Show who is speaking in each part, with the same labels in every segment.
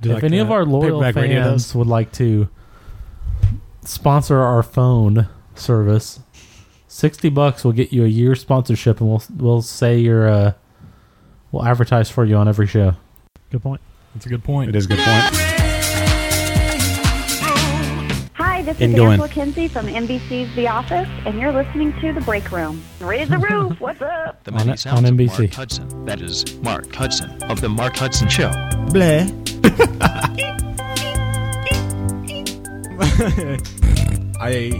Speaker 1: Do you
Speaker 2: if
Speaker 1: like
Speaker 2: any of
Speaker 1: the
Speaker 2: our loyal
Speaker 1: paperback radio
Speaker 2: fans would like to sponsor our phone service, sixty bucks will get you a year sponsorship, and we'll we'll say your uh, we'll advertise for you on every show.
Speaker 3: Good point.
Speaker 1: That's a good point.
Speaker 4: It is a good point.
Speaker 5: Hi, this
Speaker 4: And
Speaker 5: is
Speaker 4: go in.
Speaker 5: Angela Kinsey from NBC's The Office, and you're listening to The Break Room. Raise the roof. What's up?
Speaker 6: The
Speaker 2: On
Speaker 6: many
Speaker 2: it-
Speaker 6: sounds
Speaker 2: on
Speaker 6: of
Speaker 2: NBC.
Speaker 6: Mark Hudson. That is Mark Hudson of the Mark Hudson Show.
Speaker 7: I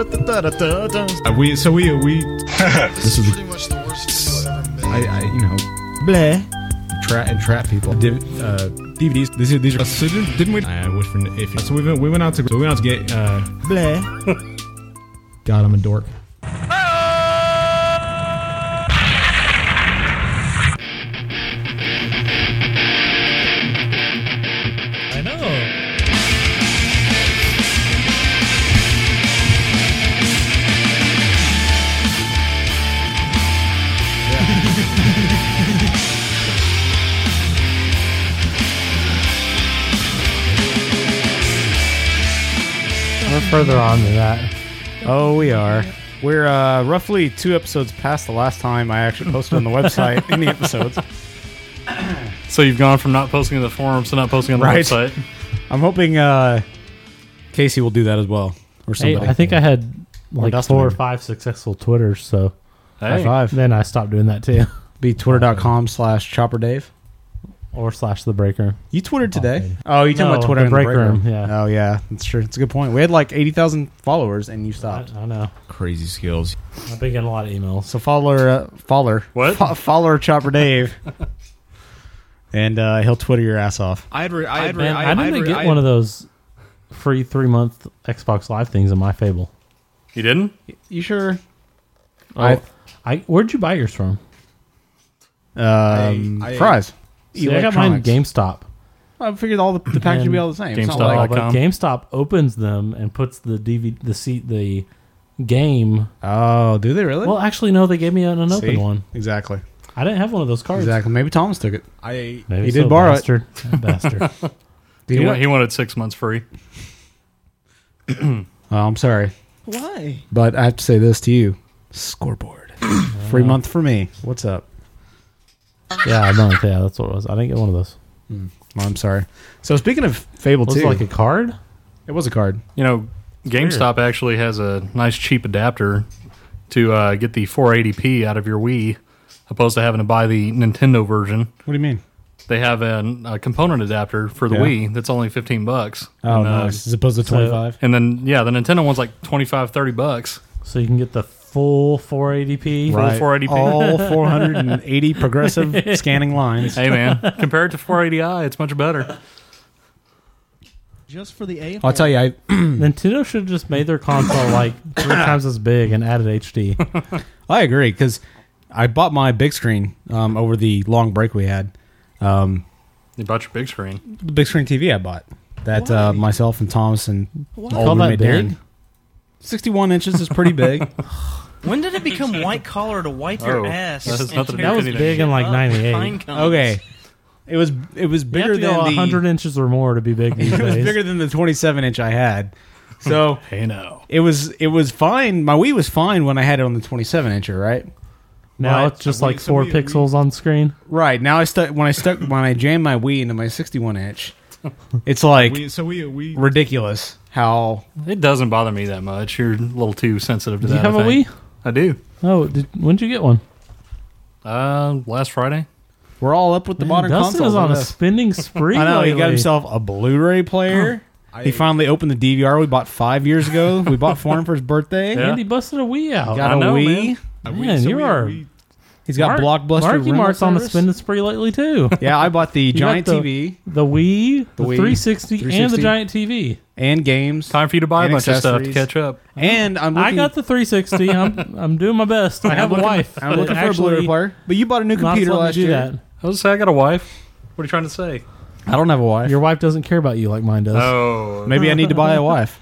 Speaker 4: Uh, we so we we
Speaker 7: this is pretty much the worst I, I you know bleh trap and trap people.
Speaker 4: div, uh, DVDs. These are these are. So didn't, didn't we? I wish for n- if so. We went we went out to so we went out to get uh,
Speaker 7: God, I'm a dork.
Speaker 1: I know.
Speaker 2: We're further on than that.
Speaker 8: Oh, we are. We're uh, roughly two episodes past the last time I actually posted on the website any episodes.
Speaker 1: So you've gone from not posting in the forums to not posting on the
Speaker 8: Right.
Speaker 1: website.
Speaker 8: I'm hoping uh, Casey will do that as well, or
Speaker 2: Hey,
Speaker 8: somebody.
Speaker 2: I think I had like
Speaker 8: Dustin
Speaker 2: four or
Speaker 8: maybe.
Speaker 2: five successful Twitters, so
Speaker 8: High
Speaker 1: Hey.
Speaker 8: five.
Speaker 2: then I stopped doing that too.
Speaker 8: Be twitter.com slash chopper dave.
Speaker 2: Or slash the breaker.
Speaker 8: You twittered today. Oh, you talking
Speaker 2: No,
Speaker 8: about Twitter
Speaker 2: the
Speaker 8: in
Speaker 2: break
Speaker 8: the break room?
Speaker 2: room, yeah.
Speaker 8: Oh yeah, that's true. It's a good point. We had like eighty thousand followers, and you
Speaker 2: I,
Speaker 8: stopped.
Speaker 2: I know.
Speaker 4: crazy skills.
Speaker 2: I've been getting a lot of emails.
Speaker 8: So follower, uh, follower,
Speaker 1: What?
Speaker 8: Fo- follower chopper Dave, and uh, he'll Twitter your ass off.
Speaker 7: I had re- I had re-
Speaker 2: Man, I,
Speaker 7: I
Speaker 2: didn't
Speaker 7: had re-
Speaker 2: get
Speaker 7: I had-
Speaker 2: one of those free three month Xbox Live things in my Fable.
Speaker 1: You didn't?
Speaker 8: You sure?
Speaker 2: Oh,
Speaker 8: I-
Speaker 2: I, where'd you buy yours from?
Speaker 8: Um,
Speaker 7: I- I-
Speaker 8: fries.
Speaker 2: See, I got mine at GameStop.
Speaker 8: I figured all the, the package would be all the same. It's not
Speaker 1: GameStop.
Speaker 2: Oh,
Speaker 8: like-
Speaker 2: but
Speaker 1: com.
Speaker 2: GameStop opens them and puts the DVD, the seat, the game.
Speaker 8: oh, do they really?
Speaker 2: Well, actually, no, they gave me an unopened
Speaker 8: See?
Speaker 2: one.
Speaker 8: Exactly.
Speaker 2: I didn't have one of those cards.
Speaker 8: Exactly. Maybe Thomas took it.
Speaker 7: I
Speaker 2: Maybe
Speaker 8: He
Speaker 2: so,
Speaker 8: did borrow it.
Speaker 2: bastard. it. Bastard.
Speaker 8: Do
Speaker 1: He,
Speaker 8: you
Speaker 1: wa-
Speaker 8: want-
Speaker 1: he wanted six months free.
Speaker 8: Oh, I'm sorry,
Speaker 7: why
Speaker 8: but I have to say this to you: scoreboard, free month for me. What's up?
Speaker 2: yeah, I know. Yeah, that's what it was. I didn't get one of those.
Speaker 8: Well, Oh, I'm sorry. So speaking of Fable
Speaker 2: Was
Speaker 8: Two,
Speaker 2: it like a card?
Speaker 8: it was a card.
Speaker 1: You know, GameStop actually has a nice cheap adapter to uh, get the 480p out of your Wii, opposed to having to buy the Nintendo version.
Speaker 8: What do you mean?
Speaker 1: They have an, a component adapter for the
Speaker 8: Yeah.
Speaker 1: Wii that's only 15 bucks.
Speaker 8: Oh,
Speaker 1: and, uh,
Speaker 8: nice. As opposed to
Speaker 2: so-
Speaker 8: twenty five.
Speaker 1: and then, yeah, the Nintendo one's like 25, 30 bucks.
Speaker 2: So you can get the full 480p.
Speaker 1: Right. 480p.
Speaker 8: All 480 progressive scanning lines.
Speaker 1: Hey, man, compared to 480i, it's much better.
Speaker 3: Just for the A.
Speaker 8: I'll tell you, I,
Speaker 2: Nintendo should have just made their console like three times as big and added HD.
Speaker 8: I agree because I bought my big screen um, over the long break we had. Um,
Speaker 1: You bought your big screen.
Speaker 8: the big screen TV I bought that uh, myself and Thomas and
Speaker 2: Call
Speaker 8: old
Speaker 2: that
Speaker 8: roommate
Speaker 2: big?
Speaker 8: Darren. 61 inches is pretty big.
Speaker 9: When did it become white collar to wipe
Speaker 1: Oh,
Speaker 9: your ass?
Speaker 1: that has
Speaker 9: and
Speaker 1: nothing to
Speaker 9: tear
Speaker 1: do with
Speaker 9: your
Speaker 1: anything.
Speaker 2: Big in, like,
Speaker 9: shit up with
Speaker 2: 98.
Speaker 9: pine cones?
Speaker 8: okay, it was it was
Speaker 2: You have
Speaker 8: bigger
Speaker 2: to go
Speaker 8: than
Speaker 2: 100
Speaker 8: the
Speaker 2: inches or more to be big these
Speaker 8: it was
Speaker 2: days.
Speaker 8: bigger than the 27 inch I had. So
Speaker 1: Hey, no.
Speaker 8: it was it was fine. My Wii was fine when I had it on the 27 incher, right?
Speaker 2: now
Speaker 8: Right.
Speaker 2: it's just
Speaker 7: So we-
Speaker 2: like
Speaker 7: so
Speaker 2: four
Speaker 7: we- we-
Speaker 2: pixels on screen.
Speaker 8: Right now, I stuck when I stuck when I jammed my Wii into my 61 inch. It's like
Speaker 4: We so we we
Speaker 8: ridiculous how
Speaker 1: It doesn't bother me that much. You're a little too sensitive to
Speaker 2: Do you
Speaker 1: that.
Speaker 2: have
Speaker 1: I
Speaker 2: a
Speaker 1: think.
Speaker 2: Wii?
Speaker 1: I do.
Speaker 2: Oh, did, when did you get one?
Speaker 1: Uh, last Friday.
Speaker 8: we're all up with the
Speaker 2: Man,
Speaker 8: modern
Speaker 2: Dustin
Speaker 8: consoles.
Speaker 2: is on
Speaker 8: look
Speaker 2: a
Speaker 8: at this.
Speaker 2: spending spree.
Speaker 8: I know he got
Speaker 2: lately.
Speaker 8: himself a Blu-ray player. he finally opened the DVR we bought five years ago. we bought for him for his birthday.
Speaker 1: Yeah.
Speaker 2: Andy busted a Wii out.
Speaker 8: Got
Speaker 1: I
Speaker 8: a
Speaker 1: know,
Speaker 8: Wii.
Speaker 1: man.
Speaker 4: uh,
Speaker 2: Man,
Speaker 4: so
Speaker 2: you
Speaker 4: we-
Speaker 2: are-
Speaker 4: we-
Speaker 8: He's got
Speaker 2: Mark-
Speaker 8: blockbuster.
Speaker 2: Marky
Speaker 8: rental
Speaker 2: Mark's on a
Speaker 8: service.
Speaker 2: spending spree lately too.
Speaker 8: Yeah, I bought the giant
Speaker 2: got the-
Speaker 8: TV
Speaker 2: The Wii, the,
Speaker 8: Wii,
Speaker 2: 360, and the
Speaker 8: 360.
Speaker 2: giant TV.
Speaker 8: and games,
Speaker 1: Time for you to buy a
Speaker 8: And
Speaker 1: bunch of stuff to
Speaker 8: accessories.
Speaker 1: catch up.
Speaker 8: and I'm looking.
Speaker 2: I got the 360. I'm I'm doing my best. I
Speaker 8: I'm
Speaker 2: have a
Speaker 8: looking-
Speaker 2: wife.
Speaker 8: I'm looking
Speaker 2: that
Speaker 8: for a Blu-ray
Speaker 2: actually
Speaker 8: player. But you bought a new
Speaker 2: not
Speaker 8: computer
Speaker 2: letting me
Speaker 8: last
Speaker 2: do
Speaker 8: year.
Speaker 2: that.
Speaker 1: I was say I got a wife. What are you trying to say?
Speaker 8: I don't have a wife.
Speaker 2: Your wife doesn't care about you like mine does.
Speaker 1: Oh,
Speaker 8: Maybe I need to buy a wife.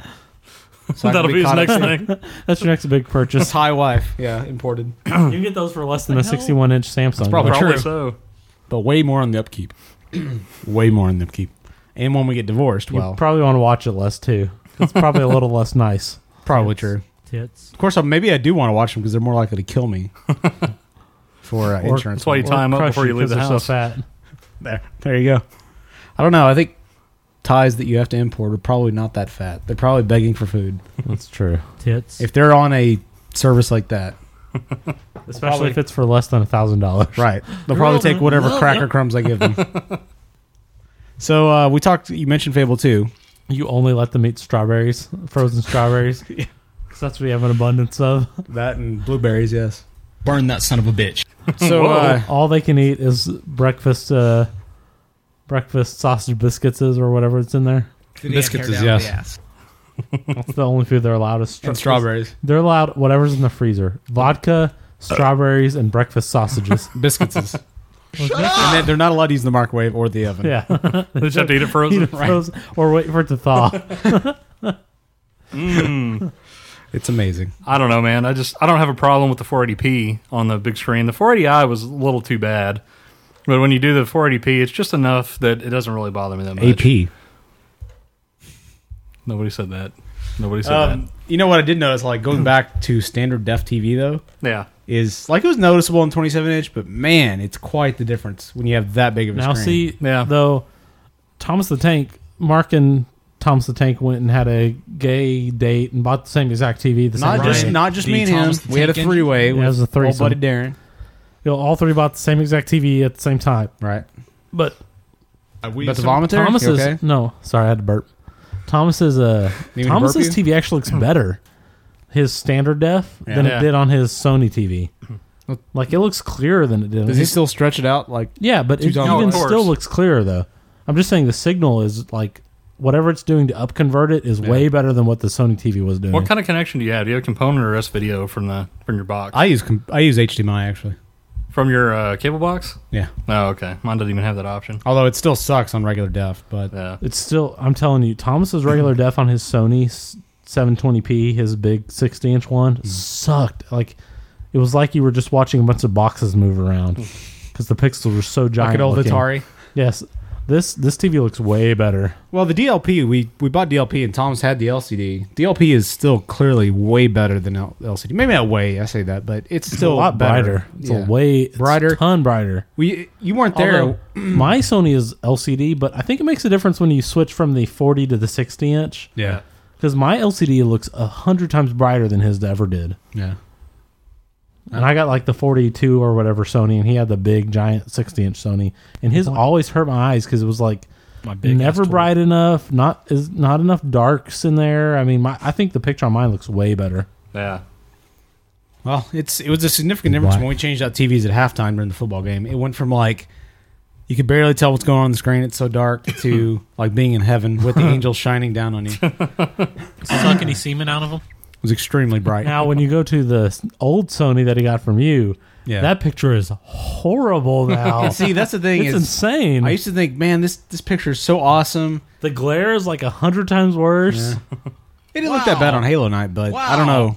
Speaker 10: So I can
Speaker 1: That'll be his
Speaker 10: caught up
Speaker 1: next
Speaker 10: in-
Speaker 1: thing.
Speaker 2: That's your next big purchase.
Speaker 10: Just high wife. Yeah, imported.
Speaker 2: you can get those for less than a 61 inch Samsung.
Speaker 1: Probably,
Speaker 2: Which-
Speaker 1: probably so.
Speaker 8: But way more on the upkeep. way more on the upkeep. And when we get divorced,
Speaker 2: You
Speaker 8: well,
Speaker 2: probably want to watch it less too. It's probably a little less nice.
Speaker 8: probably true.
Speaker 2: Tits.
Speaker 8: Of course, I- maybe I do want to watch them because they're more likely to kill me for uh, insurance.
Speaker 1: That's why you time up before you leave the house.
Speaker 2: So fat.
Speaker 8: There, there you go. I don't know. I think ties that you have to import are probably not that fat. They're probably begging for food.
Speaker 2: That's true. Tits.
Speaker 8: If they're on a service like that,
Speaker 2: Especially if it's for less than a thousand dollars.
Speaker 8: right? They'll probably take whatever
Speaker 11: Well,
Speaker 8: cracker
Speaker 11: yep.
Speaker 8: crumbs I give them. so uh, we talked. You mentioned Fable two.
Speaker 2: You only let them eat strawberries, frozen strawberries. Because that's what we have an abundance of.
Speaker 8: That and blueberries, yes.
Speaker 4: Burn that son of a bitch.
Speaker 8: So uh,
Speaker 2: All they can eat is breakfast, uh, breakfast sausage biscuits or whatever it's in there.
Speaker 8: Biscuits is yes.
Speaker 2: That's the only food they're allowed. Is stra-
Speaker 8: and strawberries,
Speaker 2: They're allowed whatever's in the freezer: vodka,
Speaker 1: Uh.
Speaker 2: strawberries, and breakfast sausages.
Speaker 8: biscuits is. and they- they're not allowed to use the microwave or the oven.
Speaker 2: yeah,
Speaker 1: They just have to eat it frozen.
Speaker 2: Frozen- or wait for it to thaw.
Speaker 8: It's amazing.
Speaker 1: I don't know, man. I just I don't have a problem with the 480p on the big screen. The 480i was a little too bad, but when you do the 480p, it's just enough that it doesn't really bother me that much.
Speaker 8: AP.
Speaker 1: Nobody said that. Nobody said
Speaker 8: Um, you know what I did notice, like going back to standard def TV though,
Speaker 1: that. Yeah.
Speaker 8: is like it was noticeable on 27 inch, but man, it's quite the difference when you have that big of a
Speaker 2: Now
Speaker 8: screen.
Speaker 2: see,
Speaker 1: Yeah.
Speaker 2: though, Thomas the Tank, Mark and Thomas the Tank went and had a gay date and bought the same exact TV. The same
Speaker 8: not just
Speaker 2: day.
Speaker 8: not just
Speaker 4: The
Speaker 8: me and him.
Speaker 4: Thomas the
Speaker 8: We had a
Speaker 4: Tank Engine?
Speaker 8: three way.
Speaker 2: Yeah, it was a
Speaker 8: old
Speaker 2: threesome.
Speaker 8: buddy Darren.
Speaker 2: You know, all three bought the same exact TV at the same time.
Speaker 8: Right.
Speaker 2: But
Speaker 4: Uh, we
Speaker 8: But the
Speaker 4: some-
Speaker 8: vomiter. You
Speaker 2: Thomas's
Speaker 8: okay?
Speaker 2: no, sorry, I had to burp. Thomas's uh,
Speaker 8: You mean to
Speaker 2: Thomas's
Speaker 8: burp
Speaker 2: TV actually looks better, his standard def than
Speaker 1: Yeah.
Speaker 2: it did on his Sony TV. Like it looks clearer than it did. on
Speaker 8: Does he
Speaker 2: his-
Speaker 8: still stretch it out? Like
Speaker 2: Yeah, but it
Speaker 8: Two dollars.
Speaker 2: even
Speaker 1: No, of
Speaker 2: still
Speaker 1: course.
Speaker 2: looks clearer though. I'm just saying the signal is like whatever it's doing to upconvert it is way better than what the Sony TV was doing.
Speaker 1: What kind of connection do you have? Do you have component or S video from the from your box?
Speaker 8: I use com- I use HDMI actually.
Speaker 1: from your uh, cable box?
Speaker 8: Yeah.
Speaker 1: Oh, okay. Mine doesn't even have that option.
Speaker 8: Although it still sucks on regular def, but
Speaker 1: Yeah.
Speaker 2: it's still I'm telling you, Thomas's regular def on his Sony s- 720p, his big 60 inch one,
Speaker 1: Mm.
Speaker 2: sucked. Like it was like you were just watching a bunch of boxes move around
Speaker 1: Mm.
Speaker 2: because the pixels were so giant.
Speaker 8: like an old
Speaker 2: looking.
Speaker 8: Atari.
Speaker 2: Yes, this this TV looks way better.
Speaker 8: Well, the DLP we we bought DLP and Tom's had the LCD. DLP is still clearly way better than L- LCD. Maybe not way. I say that, but it's
Speaker 2: It's a
Speaker 8: still
Speaker 2: lot
Speaker 8: better.
Speaker 2: brighter. It's
Speaker 8: Yeah.
Speaker 2: a way it's
Speaker 8: Brighter.
Speaker 2: a ton brighter.
Speaker 8: We you weren't there.
Speaker 2: Although, my Sony is LCD, but I think it makes a difference when you switch from the 40 to the 60 inch
Speaker 8: yeah,
Speaker 2: because my LCD looks a hundred times brighter than his ever did.
Speaker 8: yeah.
Speaker 2: And I got like the 42 or whatever Sony, and he had the big giant 60 inch Sony, and his always hurt my eyes because it was like
Speaker 4: my big
Speaker 2: never
Speaker 4: ass toy.
Speaker 2: bright enough, not is not enough darks in there. I mean, my I think the picture on mine looks way better.
Speaker 1: Yeah.
Speaker 8: Well, it's it was a significant difference
Speaker 2: Why?
Speaker 8: when we changed out TVs at halftime during the football game. It went from like you could barely tell what's going on, on the screen; it's so dark, to like being in heaven with the angels shining down on you. It
Speaker 11: Suck any semen out of them?
Speaker 8: was extremely bright.
Speaker 2: Now, when you go to the s- old Sony that he got from you,
Speaker 8: Yeah.
Speaker 2: that picture is horrible now.
Speaker 8: See, that's the thing
Speaker 2: it's
Speaker 8: is,
Speaker 2: insane.
Speaker 8: I used to think, man, this this picture is so awesome.
Speaker 2: The glare is like a hundred times worse. Yeah,
Speaker 8: It didn't look that bad on Halo Night, but I don't know.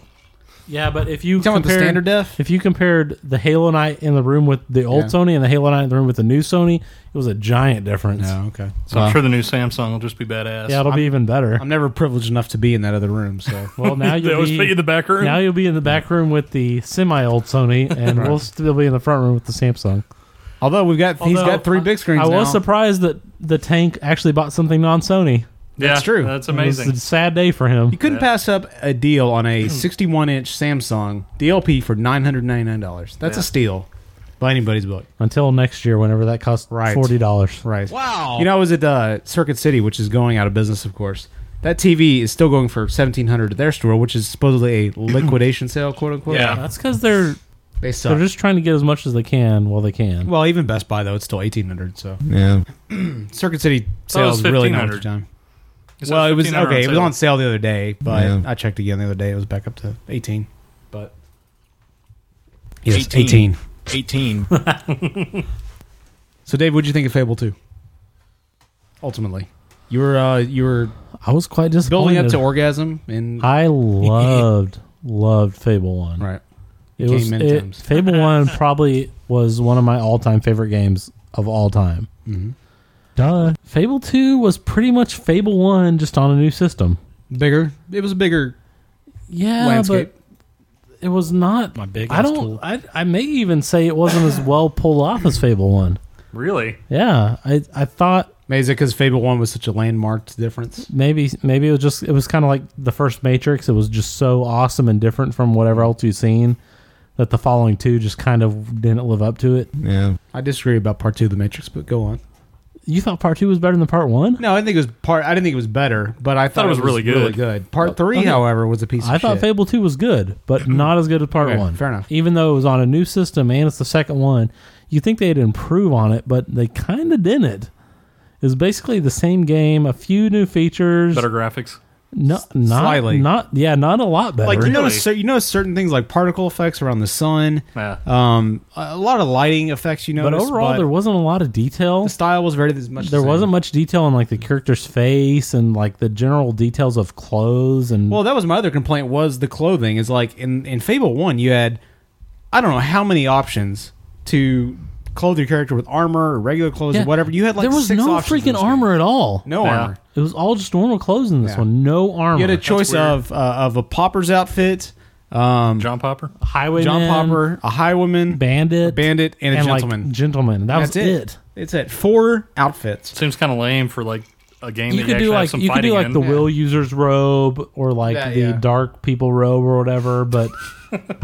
Speaker 2: but if you
Speaker 8: You talking about the
Speaker 2: compared-
Speaker 8: standard def?
Speaker 2: if you compared the Halo Knight in the room with the old
Speaker 8: Yeah.
Speaker 2: Sony and the Halo Knight in the room with the new Sony, it was a giant difference.
Speaker 8: No, okay.
Speaker 1: So I'm sure the new Samsung will just be badass.
Speaker 2: Yeah, it'll be even better.
Speaker 8: I'm never privileged enough to be in that other room, so
Speaker 2: well, now
Speaker 1: they
Speaker 2: you'll
Speaker 1: always put you
Speaker 2: be
Speaker 1: in the back room.
Speaker 2: now you'll be in the back room with the semi old Sony, and we'll still be in the front room with the Samsung.
Speaker 8: although we've got he's
Speaker 2: Although,
Speaker 8: got three big screens.
Speaker 2: I was
Speaker 8: now.
Speaker 2: surprised that the tank actually bought something non Sony.
Speaker 1: yeah,
Speaker 8: that's true.
Speaker 1: That's
Speaker 2: It
Speaker 1: amazing.
Speaker 2: was a sad day for
Speaker 8: You
Speaker 2: him.
Speaker 8: couldn't pass up a deal on a 61 inch Samsung DLP for $999. That's a steal by anybody's book.
Speaker 2: Until next year, whenever that costs
Speaker 8: Right.
Speaker 2: forty dollars.
Speaker 8: Right. Wow. You know, I was at uh, Circuit City, which is going out of business, of course. That TV is still going for 1700 at their store, which is supposedly a liquidation sale, quote unquote.
Speaker 1: Yeah.
Speaker 2: That's because they're
Speaker 8: They
Speaker 2: they're
Speaker 8: suck.
Speaker 2: just trying to get as much as they can while they can.
Speaker 8: well, even Best Buy, though, it's still 1800 So
Speaker 4: Yeah.
Speaker 8: Circuit City
Speaker 1: Thought it was
Speaker 8: sales really not much
Speaker 1: 1500.
Speaker 8: time.
Speaker 1: You said
Speaker 8: Well, it was
Speaker 1: 1500
Speaker 8: okay. It was
Speaker 1: sale.
Speaker 8: on sale the other day, but
Speaker 4: Yeah.
Speaker 8: I checked again the other day. It was back up to 18 But yes,
Speaker 4: 18.
Speaker 8: 18.
Speaker 4: 18.
Speaker 8: So, Dave, what'd you think of Fable 2? Ultimately. You were uh, you were
Speaker 2: I was quite disappointed.
Speaker 8: building up to orgasm and
Speaker 2: I loved loved Fable One.
Speaker 8: right.
Speaker 2: It
Speaker 8: Came
Speaker 2: was
Speaker 8: many
Speaker 2: it-
Speaker 8: times.
Speaker 2: Fable One probably was one of my all time favorite games of all time. Duh. Fable Two was pretty much Fable One just on a new system.
Speaker 8: Bigger. It was a bigger
Speaker 2: Yeah,
Speaker 8: landscape.
Speaker 2: but it was not.
Speaker 11: My big
Speaker 2: I
Speaker 11: ass
Speaker 2: don't.
Speaker 11: tool.
Speaker 2: I I may even say it wasn't as well pulled off as Fable One.
Speaker 1: Really?
Speaker 2: Yeah, I I thought
Speaker 8: Maybe because Fable One was such a landmarked difference.
Speaker 2: maybe maybe it was just it was kind of like the first Matrix. It was just so awesome and different from whatever else you've seen that the following two just kind of didn't live up to it.
Speaker 4: Yeah.
Speaker 8: I disagree about part two of the Matrix, but go on.
Speaker 2: You thought part two was better than part one?
Speaker 8: No, I think it was part. I didn't think it was better, but I thought,
Speaker 1: it was really good.
Speaker 8: Part three,
Speaker 2: okay.
Speaker 8: however, was a piece.
Speaker 2: I
Speaker 8: of
Speaker 2: thought
Speaker 8: shit.
Speaker 2: Fable Two was good, but not as good as Part
Speaker 8: Okay,
Speaker 2: One.
Speaker 8: fair enough.
Speaker 2: Even though it was on a new system and it's the second one, you think they'd improve on it, but they kind of didn't. It was basically the same game, a few new features.
Speaker 1: Better graphics.
Speaker 2: no, not,
Speaker 8: slightly.
Speaker 2: not yeah, not a lot better.
Speaker 8: like you
Speaker 1: Really?
Speaker 8: notice, cer- you notice certain things like particle effects around the sun.
Speaker 1: Yeah.
Speaker 8: Um, a a lot of lighting effects. You
Speaker 2: but
Speaker 8: notice,
Speaker 2: overall, there wasn't a lot of detail.
Speaker 8: the style was very as much. the
Speaker 2: There
Speaker 8: same.
Speaker 2: wasn't much detail on like the character's face and like the general details of clothes and
Speaker 8: Well, that was my other complaint was the clothing. Is like in in Fable One, you had I don't know how many options to clothe your character with armor or regular clothes
Speaker 2: Yeah.
Speaker 8: or whatever. You had like
Speaker 2: there was
Speaker 8: six
Speaker 2: no
Speaker 8: options in
Speaker 2: freaking
Speaker 8: this game.
Speaker 2: armor at all.
Speaker 8: No
Speaker 1: Yeah.
Speaker 8: armor.
Speaker 2: It was all just normal clothes in this
Speaker 8: Yeah.
Speaker 2: one. No armor.
Speaker 8: You had a choice
Speaker 1: weird.
Speaker 8: of uh, of a pauper's outfit, um,
Speaker 1: John Popper.
Speaker 2: highwayman,
Speaker 8: John Popper, a highwoman,
Speaker 2: bandit,
Speaker 8: bandit, and a
Speaker 2: and like,
Speaker 8: gentleman.
Speaker 2: gentleman. That
Speaker 8: That's
Speaker 2: was
Speaker 8: it.
Speaker 2: it.
Speaker 8: It's at four outfits.
Speaker 1: Seems kind of lame for like a game
Speaker 2: You
Speaker 1: that you
Speaker 2: could
Speaker 1: actually
Speaker 2: do
Speaker 1: have
Speaker 2: like
Speaker 1: some
Speaker 2: you could
Speaker 1: fighting
Speaker 2: do like
Speaker 1: in.
Speaker 2: the will user's robe or like
Speaker 8: Yeah,
Speaker 2: the
Speaker 8: yeah.
Speaker 2: dark people robe or whatever, but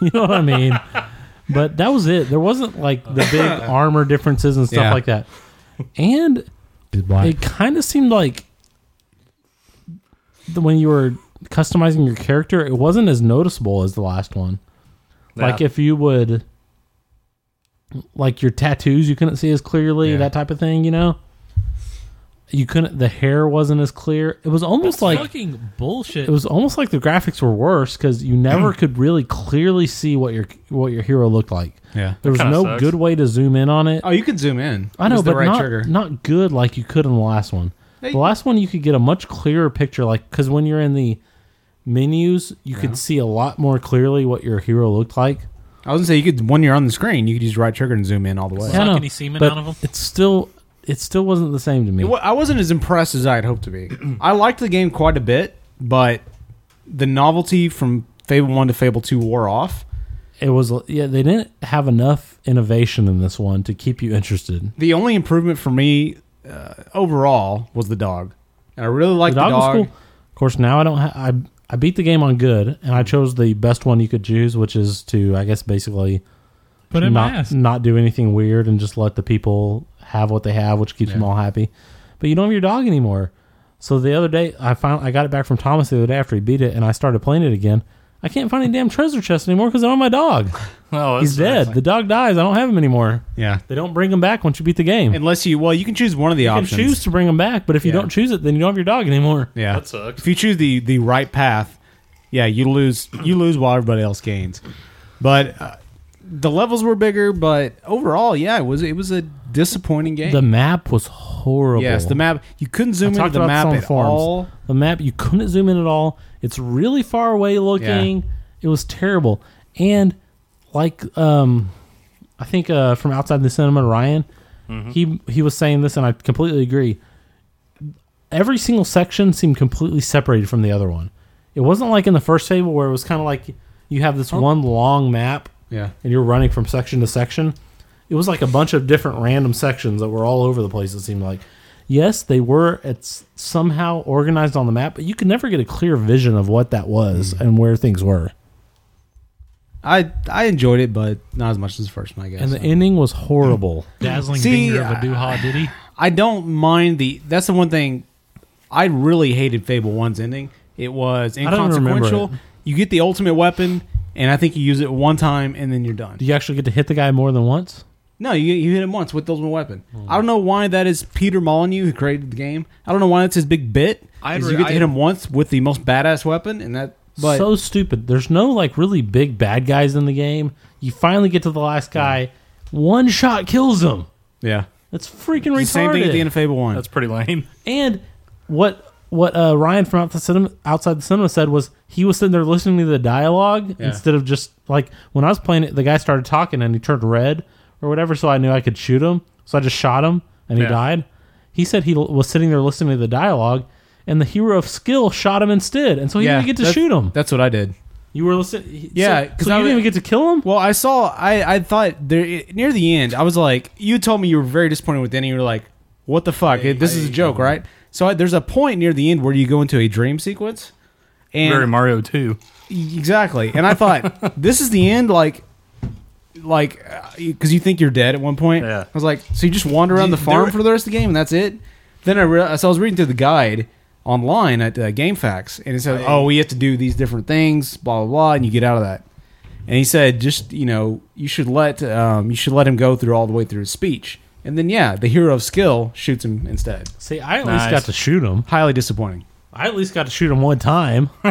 Speaker 2: you know what I mean. But that was it. There wasn't like the big armor differences and stuff
Speaker 8: Yeah.
Speaker 2: like that. And it kind of seemed like the, when you were customizing your character, it wasn't as noticeable as the last one.
Speaker 1: Yeah.
Speaker 2: Like if you would, like your tattoos, you couldn't see as clearly that type of thing. You know, you couldn't. The hair wasn't as clear. It was almost like
Speaker 11: fucking bullshit.
Speaker 2: it was almost like the graphics were worse because you never could really clearly see what your what your hero looked like.
Speaker 8: Yeah.
Speaker 2: There was
Speaker 1: Kinda
Speaker 2: no
Speaker 1: sucks.
Speaker 2: good way to zoom in on it.
Speaker 8: Oh, you could zoom in.
Speaker 2: I know,
Speaker 8: Use the
Speaker 2: but
Speaker 8: right
Speaker 2: not
Speaker 8: trigger.
Speaker 2: not good like you could in the last one.
Speaker 8: Hey.
Speaker 2: The last one you could get a much clearer picture, like because when you're in the menus, you could see a lot more clearly what your hero looked like.
Speaker 8: I was gonna say you could when you're on the screen, you could use right trigger and zoom in all the way.
Speaker 2: Yeah, I
Speaker 11: Suck
Speaker 2: know,
Speaker 11: any semen
Speaker 2: but
Speaker 11: out of 'em?
Speaker 2: It's still it still wasn't the same to me.
Speaker 8: Well, I wasn't as impressed as I had hoped to be. I liked the game quite a bit, but the novelty from Fable One to Fable Two wore off.
Speaker 2: It was yeah, they didn't have enough innovation in this one to keep you interested.
Speaker 8: The only improvement for me uh, overall was the dog, and I really liked
Speaker 2: The
Speaker 8: the
Speaker 2: dog,
Speaker 8: dog.
Speaker 2: was cool. Of course, now I don't. Ha- I I beat the game on good, and I chose the best one you could choose, which is to I guess basically
Speaker 11: Put it in
Speaker 2: not
Speaker 11: my ass.
Speaker 2: not do anything weird and just let the people have what they have, which keeps them all happy. But you don't have your dog anymore. So the other day, I found I got it back from Thomas the other day after he beat it, and I started playing it again. I can't find any damn treasure chest anymore because I don't have my dog.
Speaker 1: Oh,
Speaker 2: He's
Speaker 1: that's-
Speaker 2: dead. The dog dies. I don't have him anymore.
Speaker 8: Yeah,
Speaker 2: They don't bring him back once you beat the game. You
Speaker 8: unless you well, you can choose one of the
Speaker 2: can
Speaker 8: options.
Speaker 2: choose to bring him back, but if you
Speaker 8: Yeah.
Speaker 2: don't choose it, then you don't have your dog anymore.
Speaker 8: Yeah,
Speaker 1: That sucks.
Speaker 8: If you choose the the right path, yeah, you lose you lose while everybody else gains. But uh, the levels were bigger, but overall, yeah, it was it was a disappointing game.
Speaker 2: The map was horrible.
Speaker 8: yes, the map you couldn't zoom into
Speaker 2: talked
Speaker 8: the
Speaker 2: about
Speaker 8: map
Speaker 2: this on
Speaker 8: at
Speaker 2: forums.
Speaker 8: all.
Speaker 2: The map you couldn't zoom in at all. It's really far away looking. It was terrible. And like um I think uh from outside the cinema Ryan he he was saying this and I completely agree. Every single section seemed completely separated from the other one. It wasn't like in the first table where it was kind of like you have this one long map
Speaker 8: Yeah,
Speaker 2: and you're running from section to section. It was like a bunch of different random sections that were all over the place. It seemed like, yes, they were it's somehow organized on the map, but you could never get a clear vision of what that was and where things were.
Speaker 8: I I enjoyed it, but not as much as the first one, I guess.
Speaker 2: And the ending was horrible.
Speaker 11: Dazzling
Speaker 8: See,
Speaker 11: finger of a dooha diddy.
Speaker 8: I don't mind the. That's the one thing I really hated. Fable One's ending. It was
Speaker 2: don't remember
Speaker 8: inconsequential.
Speaker 2: it.
Speaker 8: You get the ultimate weapon, and I think you use it one time, and then you're done.
Speaker 2: Do you actually get to hit the guy more than once?
Speaker 8: No, you, you hit him once with the ultimate weapon. I don't know why that is Peter Molyneux who created the game. I don't know why that's his big bit.
Speaker 4: I'd
Speaker 8: is
Speaker 4: re-
Speaker 8: you get to hit
Speaker 4: I-
Speaker 8: him once with the most badass weapon, and that. But
Speaker 2: so stupid. There's no like really big bad guys in the game. You finally get to the last guy, one shot kills him.
Speaker 8: yeah,
Speaker 2: That's freaking retarded.
Speaker 8: It's the same thing at the end of Fable One.
Speaker 1: That's pretty lame.
Speaker 2: And what what uh, Ryan from outside the, cinema, outside the cinema said was he was sitting there listening to the dialogue instead of just like when I was playing it, the guy started talking and he turned red or whatever, so I knew I could shoot him. So I just shot him and he
Speaker 1: Yeah.
Speaker 2: died. He said he l- was sitting there listening to the dialogue, and the hero of skill shot him instead, and so he
Speaker 8: Yeah,
Speaker 2: didn't get to
Speaker 8: that's-
Speaker 2: shoot him.
Speaker 8: That's what I did.
Speaker 2: You were listening,
Speaker 8: Yeah,
Speaker 2: So,
Speaker 8: 'cause
Speaker 2: so
Speaker 8: I
Speaker 2: you
Speaker 8: was-
Speaker 2: didn't even get to kill him.
Speaker 8: Well, I saw. I I thought there near the end. I was like, you told me you were very disappointed with the ending. You were like, what the fuck? It- this is a joke, right? So I, there's a point near the end where you go into a dream sequence, and
Speaker 1: Very Mario Two.
Speaker 8: exactly. And I thought this is the end, like. Like, because you think you're dead at one point.
Speaker 1: Yeah.
Speaker 8: I was like, so you just wander around the
Speaker 4: There
Speaker 8: farm
Speaker 4: were-
Speaker 8: for the rest of the game, and that's it. Then I realized, so I was reading through the guide online at uh, GameFAQs, and it said, oh, we have to do these different things, blah blah blah, and you get out of that. And he said, just you know, you should let um, you should let him go through all the way through his speech, and then yeah, the hero of skill shoots him instead.
Speaker 2: See, I at
Speaker 1: Nice.
Speaker 2: least got to shoot him.
Speaker 8: Highly disappointing.
Speaker 2: I at least got to shoot him one time.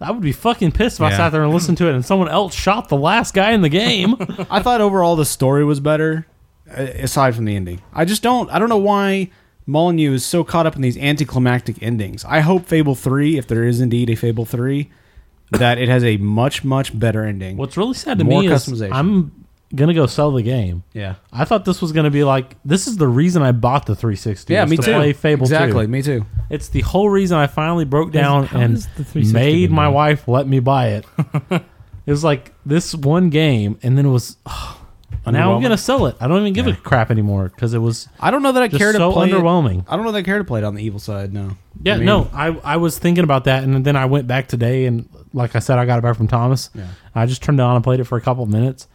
Speaker 2: I would be fucking pissed if I
Speaker 8: Yeah.
Speaker 2: sat there and listened to it and someone else shot the last guy in the game.
Speaker 8: I thought overall the story was better, a- aside from the ending. I just don't. I don't know why Molyneux is so caught up in these anticlimactic endings. I hope Fable Three, if there is indeed a Fable Three, that it has a much much better ending.
Speaker 2: What's really sad to
Speaker 8: More
Speaker 2: me is
Speaker 8: customization.
Speaker 2: I'm gonna go sell the game.
Speaker 8: yeah,
Speaker 2: I thought this was gonna be like this is the reason I bought the 360.
Speaker 8: yeah,
Speaker 2: was
Speaker 8: me
Speaker 2: to
Speaker 8: too.
Speaker 2: Play Fable 2.
Speaker 8: exactly, me too.
Speaker 2: It's the whole reason I finally broke down
Speaker 11: how
Speaker 2: and
Speaker 11: is the 360
Speaker 2: made
Speaker 11: been
Speaker 2: my
Speaker 11: made?
Speaker 2: wife let me buy it. it was like this one game, and then it was. oh, now I'm
Speaker 8: Underwhelming.
Speaker 2: gonna sell it. I don't even give a crap anymore because it was
Speaker 8: I don't know that I
Speaker 2: just
Speaker 8: care to
Speaker 2: so
Speaker 8: play. it-
Speaker 2: underwhelming.
Speaker 8: I don't know that I care to play it on the evil side. No.
Speaker 2: Yeah,
Speaker 8: I mean,
Speaker 2: no, I, I was thinking about that, and then I went back today, and like I said, I got it back from Thomas. I just turned it on and played it for a couple of minutes.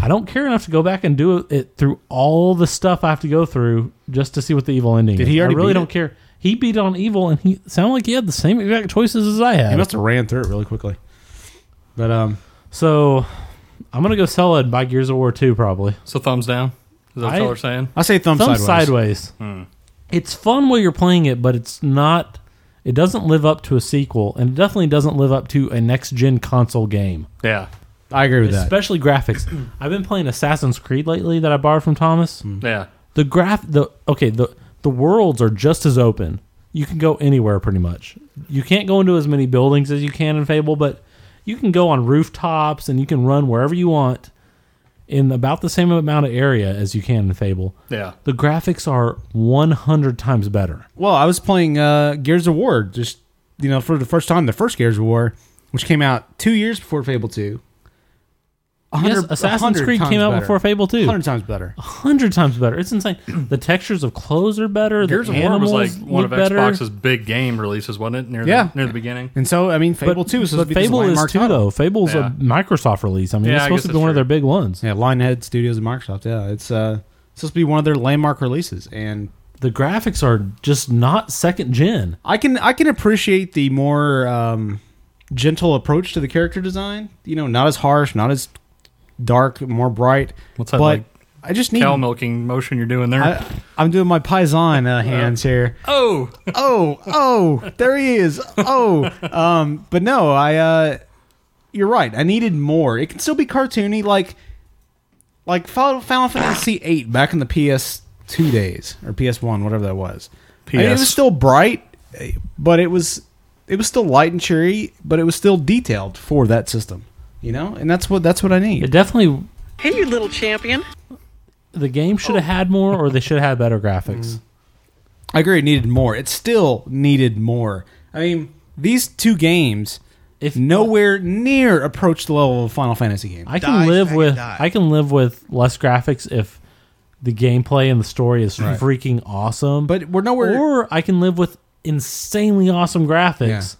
Speaker 2: I don't care enough to go back and do it through all the stuff I have to go through just to see what the evil ending.
Speaker 8: Did
Speaker 2: is.
Speaker 8: he already
Speaker 2: I really
Speaker 8: beat
Speaker 2: don't
Speaker 8: it?
Speaker 2: care. He beat on evil, and he sounded like he had the same exact choices as I
Speaker 8: He
Speaker 2: had.
Speaker 8: must have ran through it really quickly. But um,
Speaker 2: So I'm gonna go sell it and buy Gears of War two probably.
Speaker 1: So thumbs down. Is that what
Speaker 2: I-
Speaker 1: y'all are saying?
Speaker 8: I say thumb,
Speaker 2: Thumb
Speaker 8: sideways.
Speaker 2: sideways. It's fun while you're playing it, but it's not. It doesn't live up to a sequel, and it definitely doesn't live up to a next gen console game.
Speaker 1: Yeah.
Speaker 8: I agree with that.
Speaker 2: especially graphics. I've been playing Assassin's Creed lately that I borrowed from Thomas.
Speaker 1: Yeah.
Speaker 2: The graph, the okay, the the worlds are just as open. You can go anywhere pretty much. You can't go into as many buildings as you can in Fable, but you can go on rooftops and you can run wherever you want in about the same amount of area as you can in Fable.
Speaker 1: Yeah.
Speaker 2: The graphics are 100 times better.
Speaker 8: Well, I was playing uh, Gears of War just you know for the first time, the first Gears of War, which came out two years before Fable Two. A
Speaker 2: Yes,
Speaker 8: hundred- a
Speaker 2: Assassin's
Speaker 8: hundred
Speaker 2: Creed
Speaker 8: times
Speaker 2: came out
Speaker 8: better.
Speaker 2: before Fable
Speaker 8: A
Speaker 2: 2.
Speaker 8: hundred times better.
Speaker 2: 100 times better. It's insane. the textures of clothes are better.
Speaker 1: Gears
Speaker 2: the
Speaker 1: of War was
Speaker 2: animals
Speaker 1: like one
Speaker 2: look
Speaker 1: of
Speaker 2: better.
Speaker 1: Xbox's big game releases, wasn't it? Near
Speaker 8: Yeah.
Speaker 1: the, near the beginning.
Speaker 8: And so, I mean, Fable Two is supposed to be
Speaker 2: Fable
Speaker 8: this
Speaker 2: is
Speaker 8: landmark
Speaker 2: too
Speaker 8: title.
Speaker 2: though. Fable's
Speaker 1: Yeah.
Speaker 2: a Microsoft release. I mean,
Speaker 1: Yeah,
Speaker 2: it's
Speaker 1: I
Speaker 2: supposed to
Speaker 1: guess
Speaker 2: be one of
Speaker 1: that's
Speaker 2: their big ones.
Speaker 8: Yeah, Lionhead Studios and Microsoft. Yeah, it's uh, it's supposed to be one of their landmark releases, and
Speaker 2: The graphics are just not second gen.
Speaker 8: I can I can appreciate the more um, gentle approach to the character design. You know, not as harsh, not as dark, more bright.
Speaker 1: What's that
Speaker 8: but
Speaker 1: like?
Speaker 8: I just need.
Speaker 1: Cow milking motion you're doing there.
Speaker 8: I, I'm doing my Paisan uh, hands here.
Speaker 1: oh,
Speaker 8: oh, oh, there he is. Oh, um, but no, I. Uh, you're right. I needed more. It can still be cartoony, like like Final Final Fantasy VIII back in the PS2 days or PS1, whatever that was. I mean, it
Speaker 1: PS.
Speaker 8: was still bright, eh, but it was it was still light and cheery, but it was still detailed for that system. You know, and that's what that's what I
Speaker 2: It
Speaker 8: need.
Speaker 2: definitely
Speaker 3: Hey, you little champion.
Speaker 2: the game should have had more, or they should have had better
Speaker 8: Mm.
Speaker 2: graphics.
Speaker 8: I agree. It needed more. It still needed more. I mean, these two games.
Speaker 2: If
Speaker 8: nowhere near approach the level of Final Fantasy game.
Speaker 2: I can live with I can live with less graphics if the gameplay and the story is freaking awesome.
Speaker 8: But we're nowhere.
Speaker 2: or I can live with insanely awesome graphics.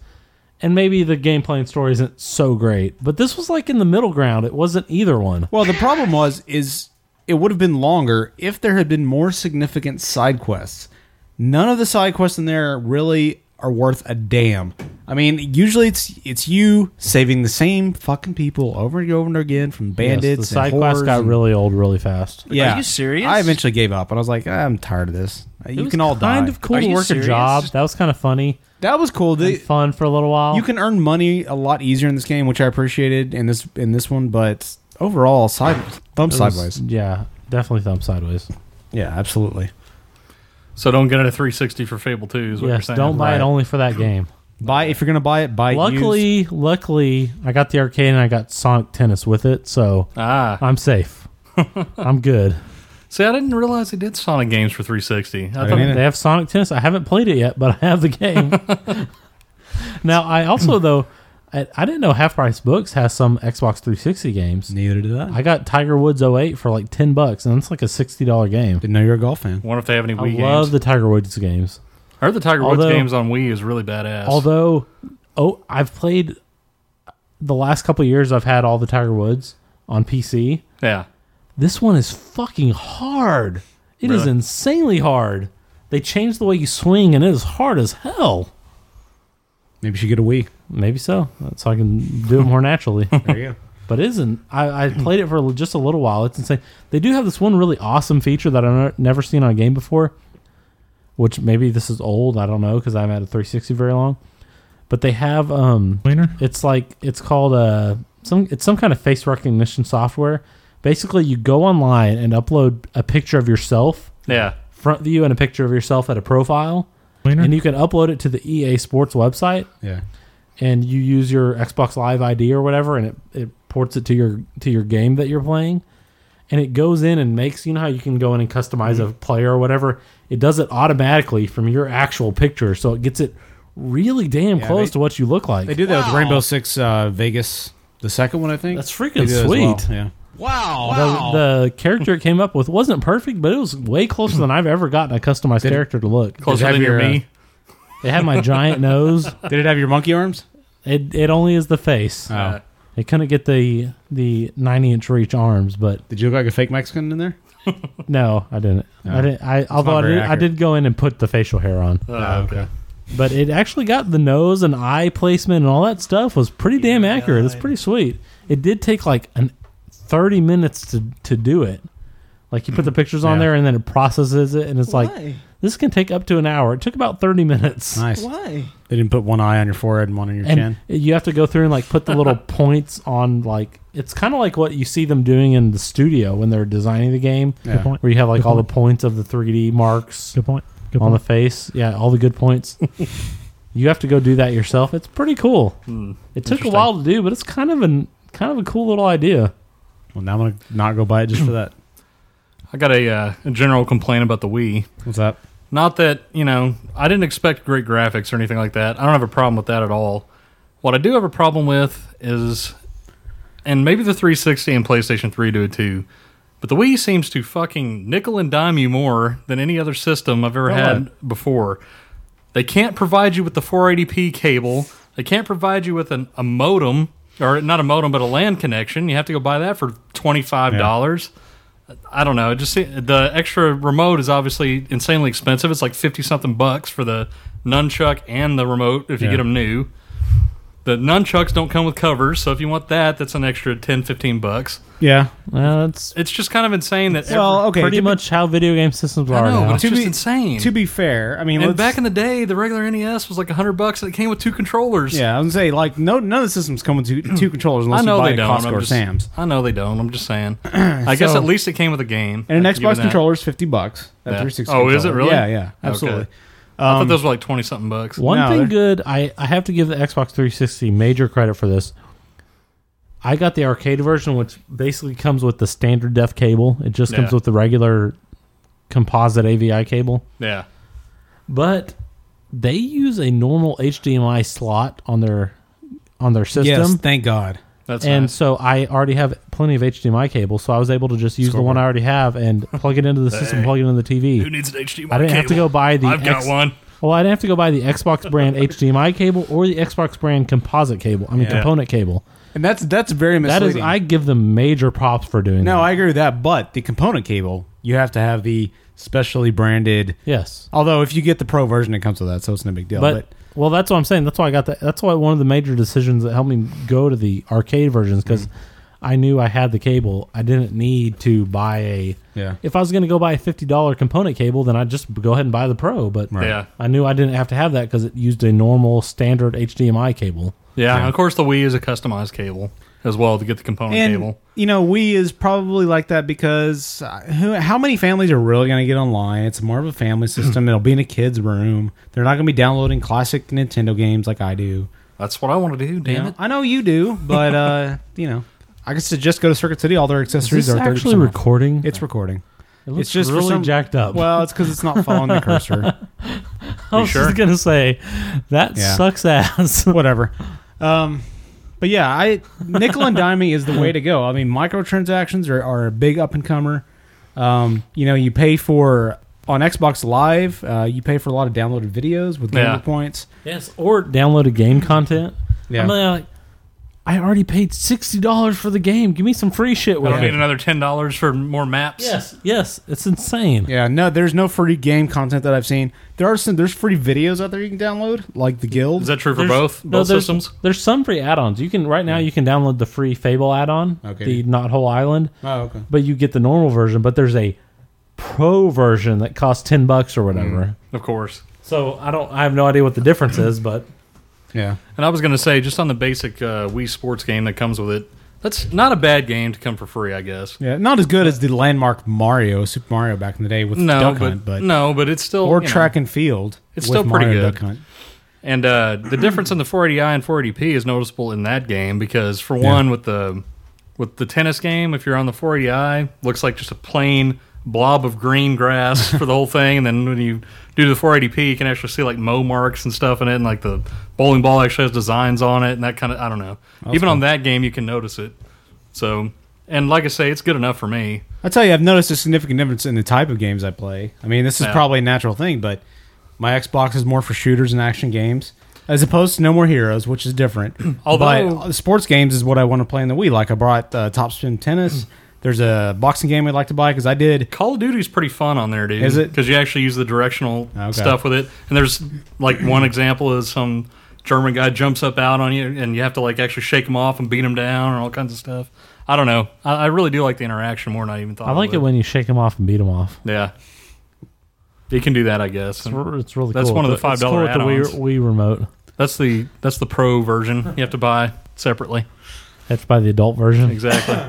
Speaker 2: And maybe the gameplay and story isn't so great, but this was like in the middle ground. It wasn't either one.
Speaker 8: well, the problem was is it would have been longer if there had been more significant side quests. None of the side quests in there really are worth a damn. I mean, usually it's it's you saving the same fucking people over and over and again from bandits.
Speaker 2: Yes, the side
Speaker 8: and
Speaker 2: quest
Speaker 8: whores
Speaker 2: got
Speaker 8: and-
Speaker 2: really old really fast.
Speaker 8: Yeah,
Speaker 3: Are you serious?
Speaker 8: I eventually gave up, and I was like, "Ah, I'm tired of this. you
Speaker 2: was
Speaker 8: can all
Speaker 2: kind
Speaker 8: die.
Speaker 2: of cool
Speaker 3: Are
Speaker 2: to
Speaker 3: you
Speaker 2: work
Speaker 3: serious?
Speaker 2: a job. That was kind of funny,
Speaker 8: that was cool. They-
Speaker 2: and fun for a little while.
Speaker 8: You can earn money a lot easier in this game, which I appreciated in this in this one. But overall, side thumb
Speaker 2: It was-
Speaker 8: sideways.
Speaker 2: yeah, definitely thumb sideways.
Speaker 10: Yeah, absolutely.
Speaker 1: So don't get it at 360 for Fable 2 is what you're
Speaker 2: Yes,
Speaker 1: saying.
Speaker 2: don't buy it
Speaker 1: Right.
Speaker 2: only for that game.
Speaker 10: Buy if you're gonna buy it. Buy used.
Speaker 2: luckily, luckily, I got the arcade and I got Sonic Tennis with it, so
Speaker 1: Ah.
Speaker 2: I'm safe. I'm good.
Speaker 1: See, I didn't realize they did Sonic games for 360. I thought
Speaker 2: They have Sonic Tennis. I haven't played it yet, but I have the game. now, I also though I, I didn't know Half Price Books has some Xbox 360 games.
Speaker 8: Neither did I.
Speaker 2: I got Tiger Woods 08 for like 10 bucks, and it's like a $60 game.
Speaker 8: Didn't know you're a golf fan.
Speaker 1: wonder if they have any
Speaker 2: I
Speaker 1: Wii
Speaker 2: love
Speaker 1: games.
Speaker 2: the Tiger Woods games.
Speaker 1: I heard the Tiger Woods
Speaker 2: Although-
Speaker 1: games on Wii is really badass.
Speaker 2: Although, oh, I've played the last couple of years. I've had all the Tiger Woods on PC.
Speaker 1: yeah.
Speaker 2: This one is fucking hard. It is
Speaker 1: Really?
Speaker 2: insanely hard. They changed the way you swing, and it is hard as hell.
Speaker 8: Maybe you should get a Wii.
Speaker 2: Maybe so. So I can do it more naturally.
Speaker 8: There you go.
Speaker 2: But it isn't. I, I played it for just a little while. It's insane. They do have this one really awesome feature that I've ne- never seen on a game before, which maybe this is old. I don't know because I haven't had a 360 very long. But they have um,
Speaker 11: Cleaner?
Speaker 2: it's like it's called uh, some it's some kind of face recognition software. Basically, you go online and upload a picture of yourself,
Speaker 1: Yeah.
Speaker 2: front view, and a picture of yourself at a profile,
Speaker 11: Cleaner?
Speaker 2: and you can upload it to the EA Sports website
Speaker 8: Yeah.
Speaker 2: and you use your Xbox Live ID or whatever, and it, it ports it to your to your game that you're playing, and it goes in and makes you know how you can go in and customize a player or whatever. It does it automatically from your actual picture, so it gets it really damn close
Speaker 8: they-
Speaker 2: to what you look like.
Speaker 8: They did that with Rainbow Six uh, Vegas, the second one, I think.
Speaker 2: That's
Speaker 8: They
Speaker 2: freaking
Speaker 8: did that as well,
Speaker 2: sweet.
Speaker 8: Yeah.
Speaker 2: The, the character it came up with wasn't perfect, but it was way closer than I've ever gotten a customized character to look.
Speaker 1: Closer
Speaker 8: have
Speaker 1: than your
Speaker 8: your, uh,
Speaker 1: me.
Speaker 2: It had my giant nose.
Speaker 8: Did it have your monkey arms? Oh.
Speaker 2: It it only is the face.
Speaker 1: Uh,
Speaker 2: It couldn't get the the ninety inch reach arms, but
Speaker 8: Did you look like a fake Mexican in there?
Speaker 2: No, I didn't. I didn't. I although I
Speaker 8: very
Speaker 2: did, I
Speaker 8: accurate. Uh.
Speaker 2: did go in and put the facial hair on,
Speaker 1: okay.
Speaker 2: but it actually got the nose and eye placement and all that stuff was pretty damn accurate. It's pretty sweet. It did take like an thirty minutes to to do it. Like you put the pictures on
Speaker 8: Mm-hmm. Yeah.
Speaker 2: there and then it processes it and it's like this can take up to an hour. It took about thirty minutes.
Speaker 8: Nice. Why? They didn't put one eye on your forehead and one on your
Speaker 2: And
Speaker 8: chin.
Speaker 2: you have to go through and like put the little points on like it's kind of like what you see them doing in the studio when they're designing the game,
Speaker 8: Yeah. Good
Speaker 2: where you have like all the points of the 3D marks
Speaker 11: Good point. Good
Speaker 2: on
Speaker 11: point.
Speaker 2: the face. Yeah, all the good points. you have to go do that yourself. It's pretty cool. it took a while to do, but it's kind of an kind of a cool little idea.
Speaker 8: Well, now I'm gonna not go buy it just for that.
Speaker 1: I got a, uh, a general complaint about the Wii.
Speaker 8: What's that?
Speaker 1: Not that, you know, I didn't expect great graphics or anything like that. I don't have a problem with that at all. What I do have a problem with is, and maybe the 360 and PlayStation 3 do it too, but the Wii seems to fucking nickel and dime you more than any other system I've ever had before. They can't provide you with the 480p cable. They can't provide you with an, a modem, or not a modem, but a LAN connection. You have to go buy that for $25. I don't know. It just se- the extra remote is obviously insanely expensive. It's like fifty something bucks for the nunchuck and the remote if you get them new. The nunchucks don't come with covers, so if you want that, that's an extra 10, 15 bucks.
Speaker 8: Yeah.
Speaker 2: Well, that's
Speaker 1: It's just kind of insane that.
Speaker 8: Well, okay.
Speaker 2: Uh, pretty
Speaker 8: to be-
Speaker 2: much how video game systems are
Speaker 1: every, I know, but
Speaker 2: now.
Speaker 1: it's just
Speaker 8: be-
Speaker 1: insane.
Speaker 8: To be fair, I mean,
Speaker 1: and
Speaker 8: let's-
Speaker 1: back in the day, the regular NES was like hundred bucks, and it came with two controllers.
Speaker 8: yeah, I was gonna say like no, none of the systems come with two, two controllers unless
Speaker 1: I know
Speaker 8: you buy
Speaker 1: they
Speaker 8: a
Speaker 1: don't.
Speaker 8: Costco
Speaker 1: I'm
Speaker 8: or
Speaker 1: just,
Speaker 8: Sam's.
Speaker 1: I know they don't. I'm just saying. I guess
Speaker 8: So-
Speaker 1: at least it came with a game.
Speaker 8: And
Speaker 1: I
Speaker 8: an
Speaker 1: can give it
Speaker 8: Xbox
Speaker 1: that.
Speaker 8: controller is fifty bucks. That
Speaker 1: Yeah.
Speaker 8: 360
Speaker 1: Oh, is it
Speaker 8: controller.
Speaker 1: really?
Speaker 8: Yeah, yeah,
Speaker 1: Okay.
Speaker 8: absolutely.
Speaker 1: I thought those were like twenty something bucks.
Speaker 2: Um, One
Speaker 8: No,
Speaker 2: thing
Speaker 8: they're-
Speaker 2: good, I, I have to give the Xbox 360 major credit for this. I got the arcade version, which basically comes with the standard def cable. It just comes
Speaker 1: Yeah.
Speaker 2: with the regular composite AVI cable.
Speaker 1: Yeah.
Speaker 2: But they use a normal HDMI slot on their on their system.
Speaker 8: thank God.
Speaker 1: That's
Speaker 2: and
Speaker 1: nice.
Speaker 2: so I already have plenty of HDMI cable, so I was able to just use the one I already have and plug it into the system, plug it into the TV.
Speaker 1: Who needs an HDMI?
Speaker 2: I didn't have to go buy the.
Speaker 1: I've got
Speaker 2: X-
Speaker 1: one.
Speaker 2: Well, I didn't have to go buy the Xbox brand HDMI cable or the Xbox brand composite cable. I mean, component cable.
Speaker 8: And that's that's very
Speaker 2: That
Speaker 8: misleading.
Speaker 2: is, I give them major props for doing that.
Speaker 8: no, I agree with that. But the component cable, you have to have the specially branded.
Speaker 2: Yes,
Speaker 8: Although if you get the pro version, it comes with that, so it's no big deal.
Speaker 2: but,
Speaker 8: But,
Speaker 2: well, that's what I'm saying. That's why I got that. That's why one of the major decisions that helped me go to the arcade versions because I knew I had the cable. I didn't need to buy a.
Speaker 8: yeah,
Speaker 2: If I was going to go buy a fifty dollar component cable, then I'd just go ahead and buy the Pro. But
Speaker 1: Yeah.
Speaker 2: I knew I didn't have to have that because it used a normal standard HDMI cable.
Speaker 1: Yeah, and of course the Wii is a customized cable. as well to get the component
Speaker 8: and
Speaker 1: cable.
Speaker 8: you know, we is probably like that because uh, who, how many families are really going to get online? It's more of a family system. It'll be in a kid's room. They're not going to be downloading classic Nintendo games like I do.
Speaker 1: That's what I want to do.
Speaker 8: You
Speaker 1: Damn
Speaker 8: know, I know you do, but uh, you know, I could suggest go to Circuit City. All their accessories
Speaker 2: Is this
Speaker 8: are 30%
Speaker 2: actually
Speaker 8: off.
Speaker 2: recording?
Speaker 8: It's recording.
Speaker 2: it looks
Speaker 8: just for
Speaker 2: really
Speaker 8: some-
Speaker 2: jacked up.
Speaker 8: Well, it's because it's not following the cursor.
Speaker 2: I was
Speaker 1: sure?
Speaker 2: just gonna say that
Speaker 8: Yeah.
Speaker 2: sucks ass.
Speaker 8: Whatever. Um, but yeah, I nickel and diming is the way to go. I mean, microtransactions are, are a big up and comer. Um, you know, you pay for on Xbox Live, uh, you pay for a lot of downloaded videos with gamer
Speaker 1: Yeah.
Speaker 8: points.
Speaker 2: yes, or downloaded game content.
Speaker 8: Yeah.
Speaker 2: I'm like, I already paid sixty dollars for the game. Give me some free shit
Speaker 1: I
Speaker 2: with
Speaker 1: don't need
Speaker 2: it.
Speaker 1: another ten dollars for more maps.
Speaker 2: Yes, yes, it's insane.
Speaker 8: Yeah, no, there's no free game content that I've seen. There are some. There's free videos out there you can download, like the Guild.
Speaker 1: Is that true for
Speaker 2: There's-
Speaker 1: both
Speaker 2: no,
Speaker 1: both
Speaker 2: there's,
Speaker 1: systems?
Speaker 2: There's some free add-ons. You can right now you can download the free Fable add-on,
Speaker 8: Okay.
Speaker 2: the Not Whole Island,
Speaker 8: oh, okay.
Speaker 2: but you get the normal version. But there's a pro version that costs ten bucks or whatever.
Speaker 1: Of course.
Speaker 2: So I don't, I have no idea what the difference is, but
Speaker 8: Yeah.
Speaker 1: And I was going to say, just on the basic uh, Wii Sports game that comes with it, that's not a bad game to come for free, I guess.
Speaker 8: Yeah, not as good as the landmark Mario, Super Mario back in the day with
Speaker 1: No,
Speaker 8: Duck
Speaker 1: but,
Speaker 8: Hunt, but
Speaker 1: no, but it's still
Speaker 8: or
Speaker 1: you know.
Speaker 8: Track and Field.
Speaker 1: It's
Speaker 8: with
Speaker 1: still pretty
Speaker 8: Mario
Speaker 1: good.
Speaker 8: Duck Hunt.
Speaker 1: And uh, the difference in the 480i and 480p is noticeable in that game because, for one, with the with the tennis game, if you're on the 480i, looks like just a plain blob of green grass for the whole thing. And then when you do the 480p, you can actually see like mow marks and stuff in it, and like the bowling ball actually has designs on it, and that kind of I don't know. Even on that game, you can notice it. So, and like I say, it's good enough for me.
Speaker 8: I tell you, I've noticed a significant difference in the type of games I play. I mean, this is
Speaker 1: Yeah.
Speaker 8: probably a natural thing, but my Xbox is more for shooters and action games, as opposed to No More Heroes, which is different.
Speaker 1: Although-
Speaker 8: but sports games is what I want to play in the Wii. Like I brought uh, Top Spin Tennis. There's a boxing game I'd like to buy because I did
Speaker 1: Call of Duty's pretty fun on there, dude.
Speaker 8: Is it?
Speaker 1: Because you actually use the directional
Speaker 8: Okay.
Speaker 1: stuff with it. And there's like one example is some German guy jumps up out on you, and you have to like actually shake him off and beat him down, and all kinds of stuff. I don't know. I, I really do like the interaction more than I even thought.
Speaker 2: I like it
Speaker 1: would.
Speaker 2: when you shake them off and beat them off.
Speaker 1: yeah. You can do that, I guess.
Speaker 2: It's, re- it's really
Speaker 1: That's
Speaker 2: cool
Speaker 1: one of
Speaker 2: with
Speaker 1: the
Speaker 2: it. It's cool
Speaker 1: $5
Speaker 2: with the Wii, Wii remote.
Speaker 1: That's the that's the pro version. You have to buy separately.
Speaker 2: That's by the adult version.
Speaker 1: Exactly.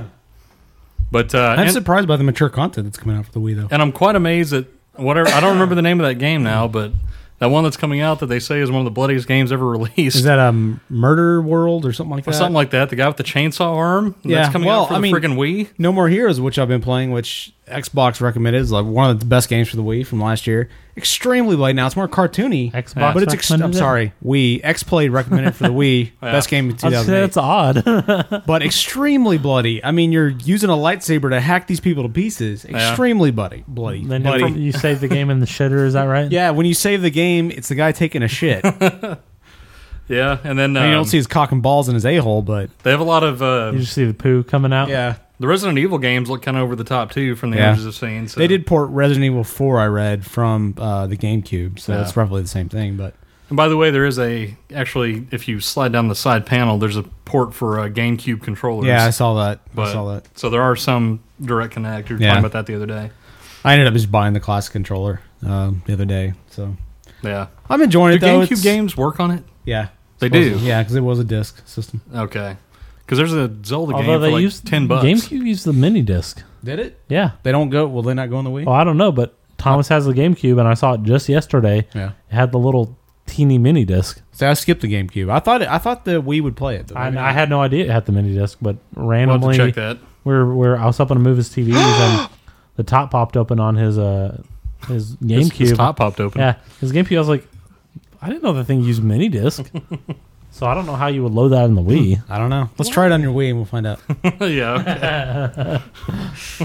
Speaker 1: but uh,
Speaker 8: I'm
Speaker 1: and-
Speaker 8: surprised by the mature content that's coming out for the Wii, though.
Speaker 1: And I'm quite amazed at whatever. I don't remember the name of that game now, but that one that's coming out that they say is one of the bloodiest games ever released.
Speaker 8: Is that um, Murder World or something like
Speaker 1: or
Speaker 8: that?
Speaker 1: something like that? The guy with the chainsaw arm
Speaker 8: Yeah,
Speaker 1: that's coming
Speaker 8: well,
Speaker 1: out for
Speaker 8: I
Speaker 1: the
Speaker 8: mean-
Speaker 1: freaking Wii.
Speaker 8: No More Heroes, which I've been playing, which Xbox recommended is like one of the best games for the Wii from last year. Extremely late now. It's more cartoony.
Speaker 2: Xbox
Speaker 8: but it's ex- I'm
Speaker 2: recommended it?
Speaker 8: sorry. Wii X Play recommended for the Wii. Best game in
Speaker 2: I was gonna say,
Speaker 8: 2008.
Speaker 2: That's odd.
Speaker 8: but extremely bloody. I mean, you're using a lightsaber to hack these people to pieces. Extremely bloody. Bloody.
Speaker 2: then
Speaker 8: bloody.
Speaker 2: you save the game in the shitter, is that right?
Speaker 8: yeah, when you save the game, it's the guy taking a shit. I
Speaker 1: Yeah, and then
Speaker 8: mean, you
Speaker 1: um,
Speaker 8: don't see his cock and balls in his a hole, but
Speaker 1: they have a lot of uh,
Speaker 2: You just see the poo coming out.
Speaker 8: yeah,
Speaker 1: the Resident Evil games look kind of over the top too from the
Speaker 8: Yeah.
Speaker 1: images I've seen. So.
Speaker 8: they did port Resident Evil 4. I read from uh, the GameCube, so
Speaker 1: Yeah.
Speaker 8: it's roughly the same thing. But
Speaker 1: And by the way, there is a actually if you slide down the side panel, there's a port for uh, GameCube controllers.
Speaker 8: yeah, I saw that.
Speaker 1: But-
Speaker 8: I saw that.
Speaker 1: So there are some direct connect. You were
Speaker 8: Yeah.
Speaker 1: talking about that the other day.
Speaker 8: I ended up just buying the classic controller um, the other day. So
Speaker 1: Yeah.
Speaker 8: I'm enjoying
Speaker 1: Do
Speaker 8: it though.
Speaker 1: GameCube
Speaker 8: It's-
Speaker 1: games work on it?
Speaker 8: Yeah,
Speaker 1: They
Speaker 8: Supposedly.
Speaker 1: do.
Speaker 8: Yeah, because it was a disc system.
Speaker 1: Okay. Because there's a Zelda
Speaker 2: Although
Speaker 1: game
Speaker 2: they
Speaker 1: for like
Speaker 2: use
Speaker 1: ten bucks.
Speaker 2: GameCube used the mini disc.
Speaker 8: Did it?
Speaker 2: Yeah.
Speaker 8: They don't go. Will they not go on the Wii?
Speaker 1: Oh.
Speaker 2: Well, I don't know, but Thomas has the GameCube, and I saw it just yesterday.
Speaker 8: Yeah.
Speaker 2: It had the little teeny mini disc.
Speaker 8: So I skipped the GameCube. I thought it, I thought the Wii would play it. but
Speaker 2: I,
Speaker 8: maybe
Speaker 2: I
Speaker 8: not.
Speaker 2: had no idea it had the mini disc, but
Speaker 1: We'll have
Speaker 2: randomly,
Speaker 1: to check that.
Speaker 2: We're, we're I was helping him move his TVs, and the top popped open on his uh his
Speaker 1: His-
Speaker 2: GameCube.
Speaker 1: His, top popped open.
Speaker 2: Yeah, his GameCube. I was like, I didn't know the thing used mini disc. so I don't know how you would load that in the Wii.
Speaker 8: I don't know. Let's try it on your Wii and we'll find out.
Speaker 1: yeah. okay.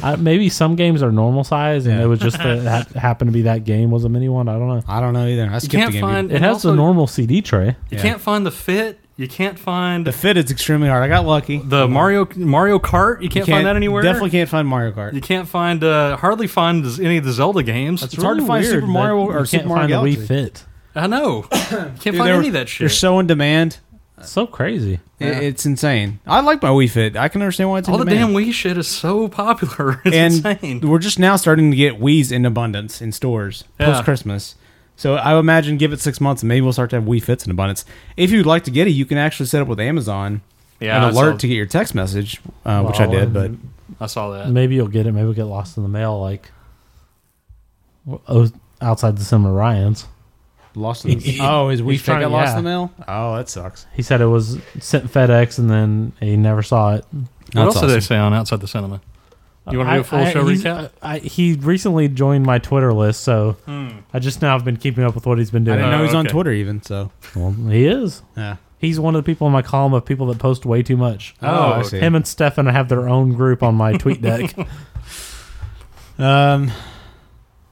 Speaker 2: I, maybe some games are normal size, and
Speaker 8: Yeah.
Speaker 2: it was just that it hap- happened to be that game was a mini one. I don't know.
Speaker 8: I don't know either. I
Speaker 1: You
Speaker 8: skipped
Speaker 1: can't
Speaker 8: the GameCube.
Speaker 1: find.
Speaker 2: It
Speaker 1: and
Speaker 2: has
Speaker 1: also,
Speaker 2: the normal CD tray.
Speaker 1: You
Speaker 8: yeah.
Speaker 1: can't find the fit. You can't find
Speaker 8: the
Speaker 1: the,
Speaker 8: fit is extremely hard. I got lucky. You
Speaker 1: Mario Mario Kart. You can't, find that anywhere.
Speaker 8: Definitely can't find Mario Kart.
Speaker 1: You can't find uh, hardly find z- any of the Zelda games.
Speaker 8: It's hard to find
Speaker 2: weird
Speaker 8: Super Mario
Speaker 2: that
Speaker 8: or
Speaker 2: you can't
Speaker 8: Super Mario
Speaker 2: find the Wii
Speaker 8: Galaxy.
Speaker 2: Fit.
Speaker 1: I know. You can't
Speaker 8: Dude,
Speaker 1: find
Speaker 8: they're-
Speaker 1: any of that
Speaker 8: They're
Speaker 1: shit.
Speaker 8: so in demand.
Speaker 2: So crazy.
Speaker 8: I- It's insane. I like my Wii Fit. I can understand why it's in
Speaker 1: All the
Speaker 8: demand.
Speaker 1: damn Wii shit is so popular. It's
Speaker 8: and
Speaker 1: insane.
Speaker 8: we're just now starting to get Wii's in abundance in stores
Speaker 1: Yeah.
Speaker 8: post Christmas. So I would imagine give it six months and maybe we'll start to have Wii Fits in abundance. If you'd like to get it, you can actually set up with Amazon
Speaker 1: Yeah, I
Speaker 8: an alert
Speaker 1: saw-
Speaker 8: to get your text message, uh, which I
Speaker 2: Well,
Speaker 8: did, but
Speaker 2: and
Speaker 1: I saw that.
Speaker 2: maybe you'll get it. Maybe it'll get lost in the mail, like o- outside the Sim Orion's.
Speaker 8: lost in the oh, is we
Speaker 2: He's trying-
Speaker 8: got lost
Speaker 2: yeah.
Speaker 8: in the mail?
Speaker 10: Oh, that sucks.
Speaker 2: He said it was sent FedEx, and then he never saw it.
Speaker 1: What else
Speaker 8: That's
Speaker 1: did they
Speaker 8: awesome.
Speaker 1: say on outside the cinema? You want to
Speaker 2: I-
Speaker 1: do a full
Speaker 2: I-
Speaker 1: show
Speaker 2: he's- uh,
Speaker 1: recap?
Speaker 2: I, he recently joined my Twitter list, so
Speaker 1: Hmm.
Speaker 2: I just now have been keeping up with what he's been
Speaker 8: I didn't
Speaker 2: doing.
Speaker 8: know he was on
Speaker 1: okay.
Speaker 8: Twitter even. So
Speaker 2: Well, he is.
Speaker 8: yeah.
Speaker 2: He's one of the people in my column of people that post way too much.
Speaker 8: Oh, I see.
Speaker 2: Him and Stefan have their own group on my tweet deck.
Speaker 8: Um,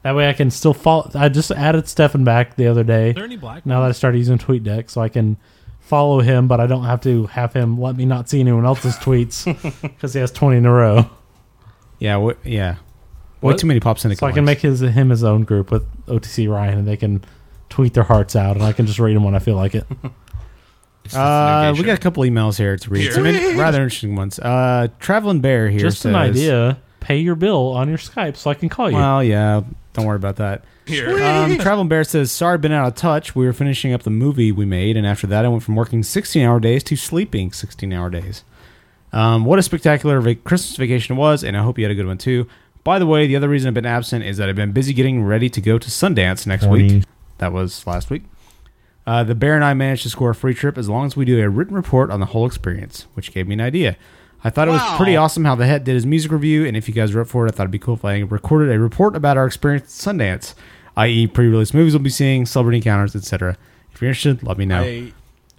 Speaker 2: that way I can still follow. I just added Stefan back the other day.
Speaker 11: Are there any black?
Speaker 2: Now that I started using TweetDeck, so I can follow him, but I don't have to have him let me not see anyone else's tweets because he has 20 in a row.
Speaker 8: yeah, wh- yeah. Way
Speaker 1: What?
Speaker 8: too many pops in a
Speaker 2: So I can make his him his own group with OTC Ryan, and they can tweet their hearts out, and I can just read them when I feel like it.
Speaker 8: Uh, we got a couple emails here to read. Some in- rather interesting ones. Uh, Traveling Bear here.
Speaker 2: just an
Speaker 8: says-
Speaker 2: idea. Pay your bill on your Skype so I can call you.
Speaker 8: Well, yeah. Don't worry about that. Um, Traveling Bear says, "Sorry, been out of touch. We were finishing up the movie we made, and after that, I went from working 16-hour days to sleeping 16-hour days. Um, what a spectacular va- Christmas vacation it was, and I hope you had a good one too. By the way, the other reason I've been absent is that I've been busy getting ready to go to Sundance next week. That was last week. Uh, the bear and I managed to score a free trip as long as we do a written report on the whole experience, which gave me an idea. I thought it was pretty awesome how the het did his music review, and if you guys were up for it, I thought it'd be cool if I recorded a report about our experience at Sundance, i.e., pre-release movies we'll be seeing, celebrity encounters, etc. If you're interested, let me know.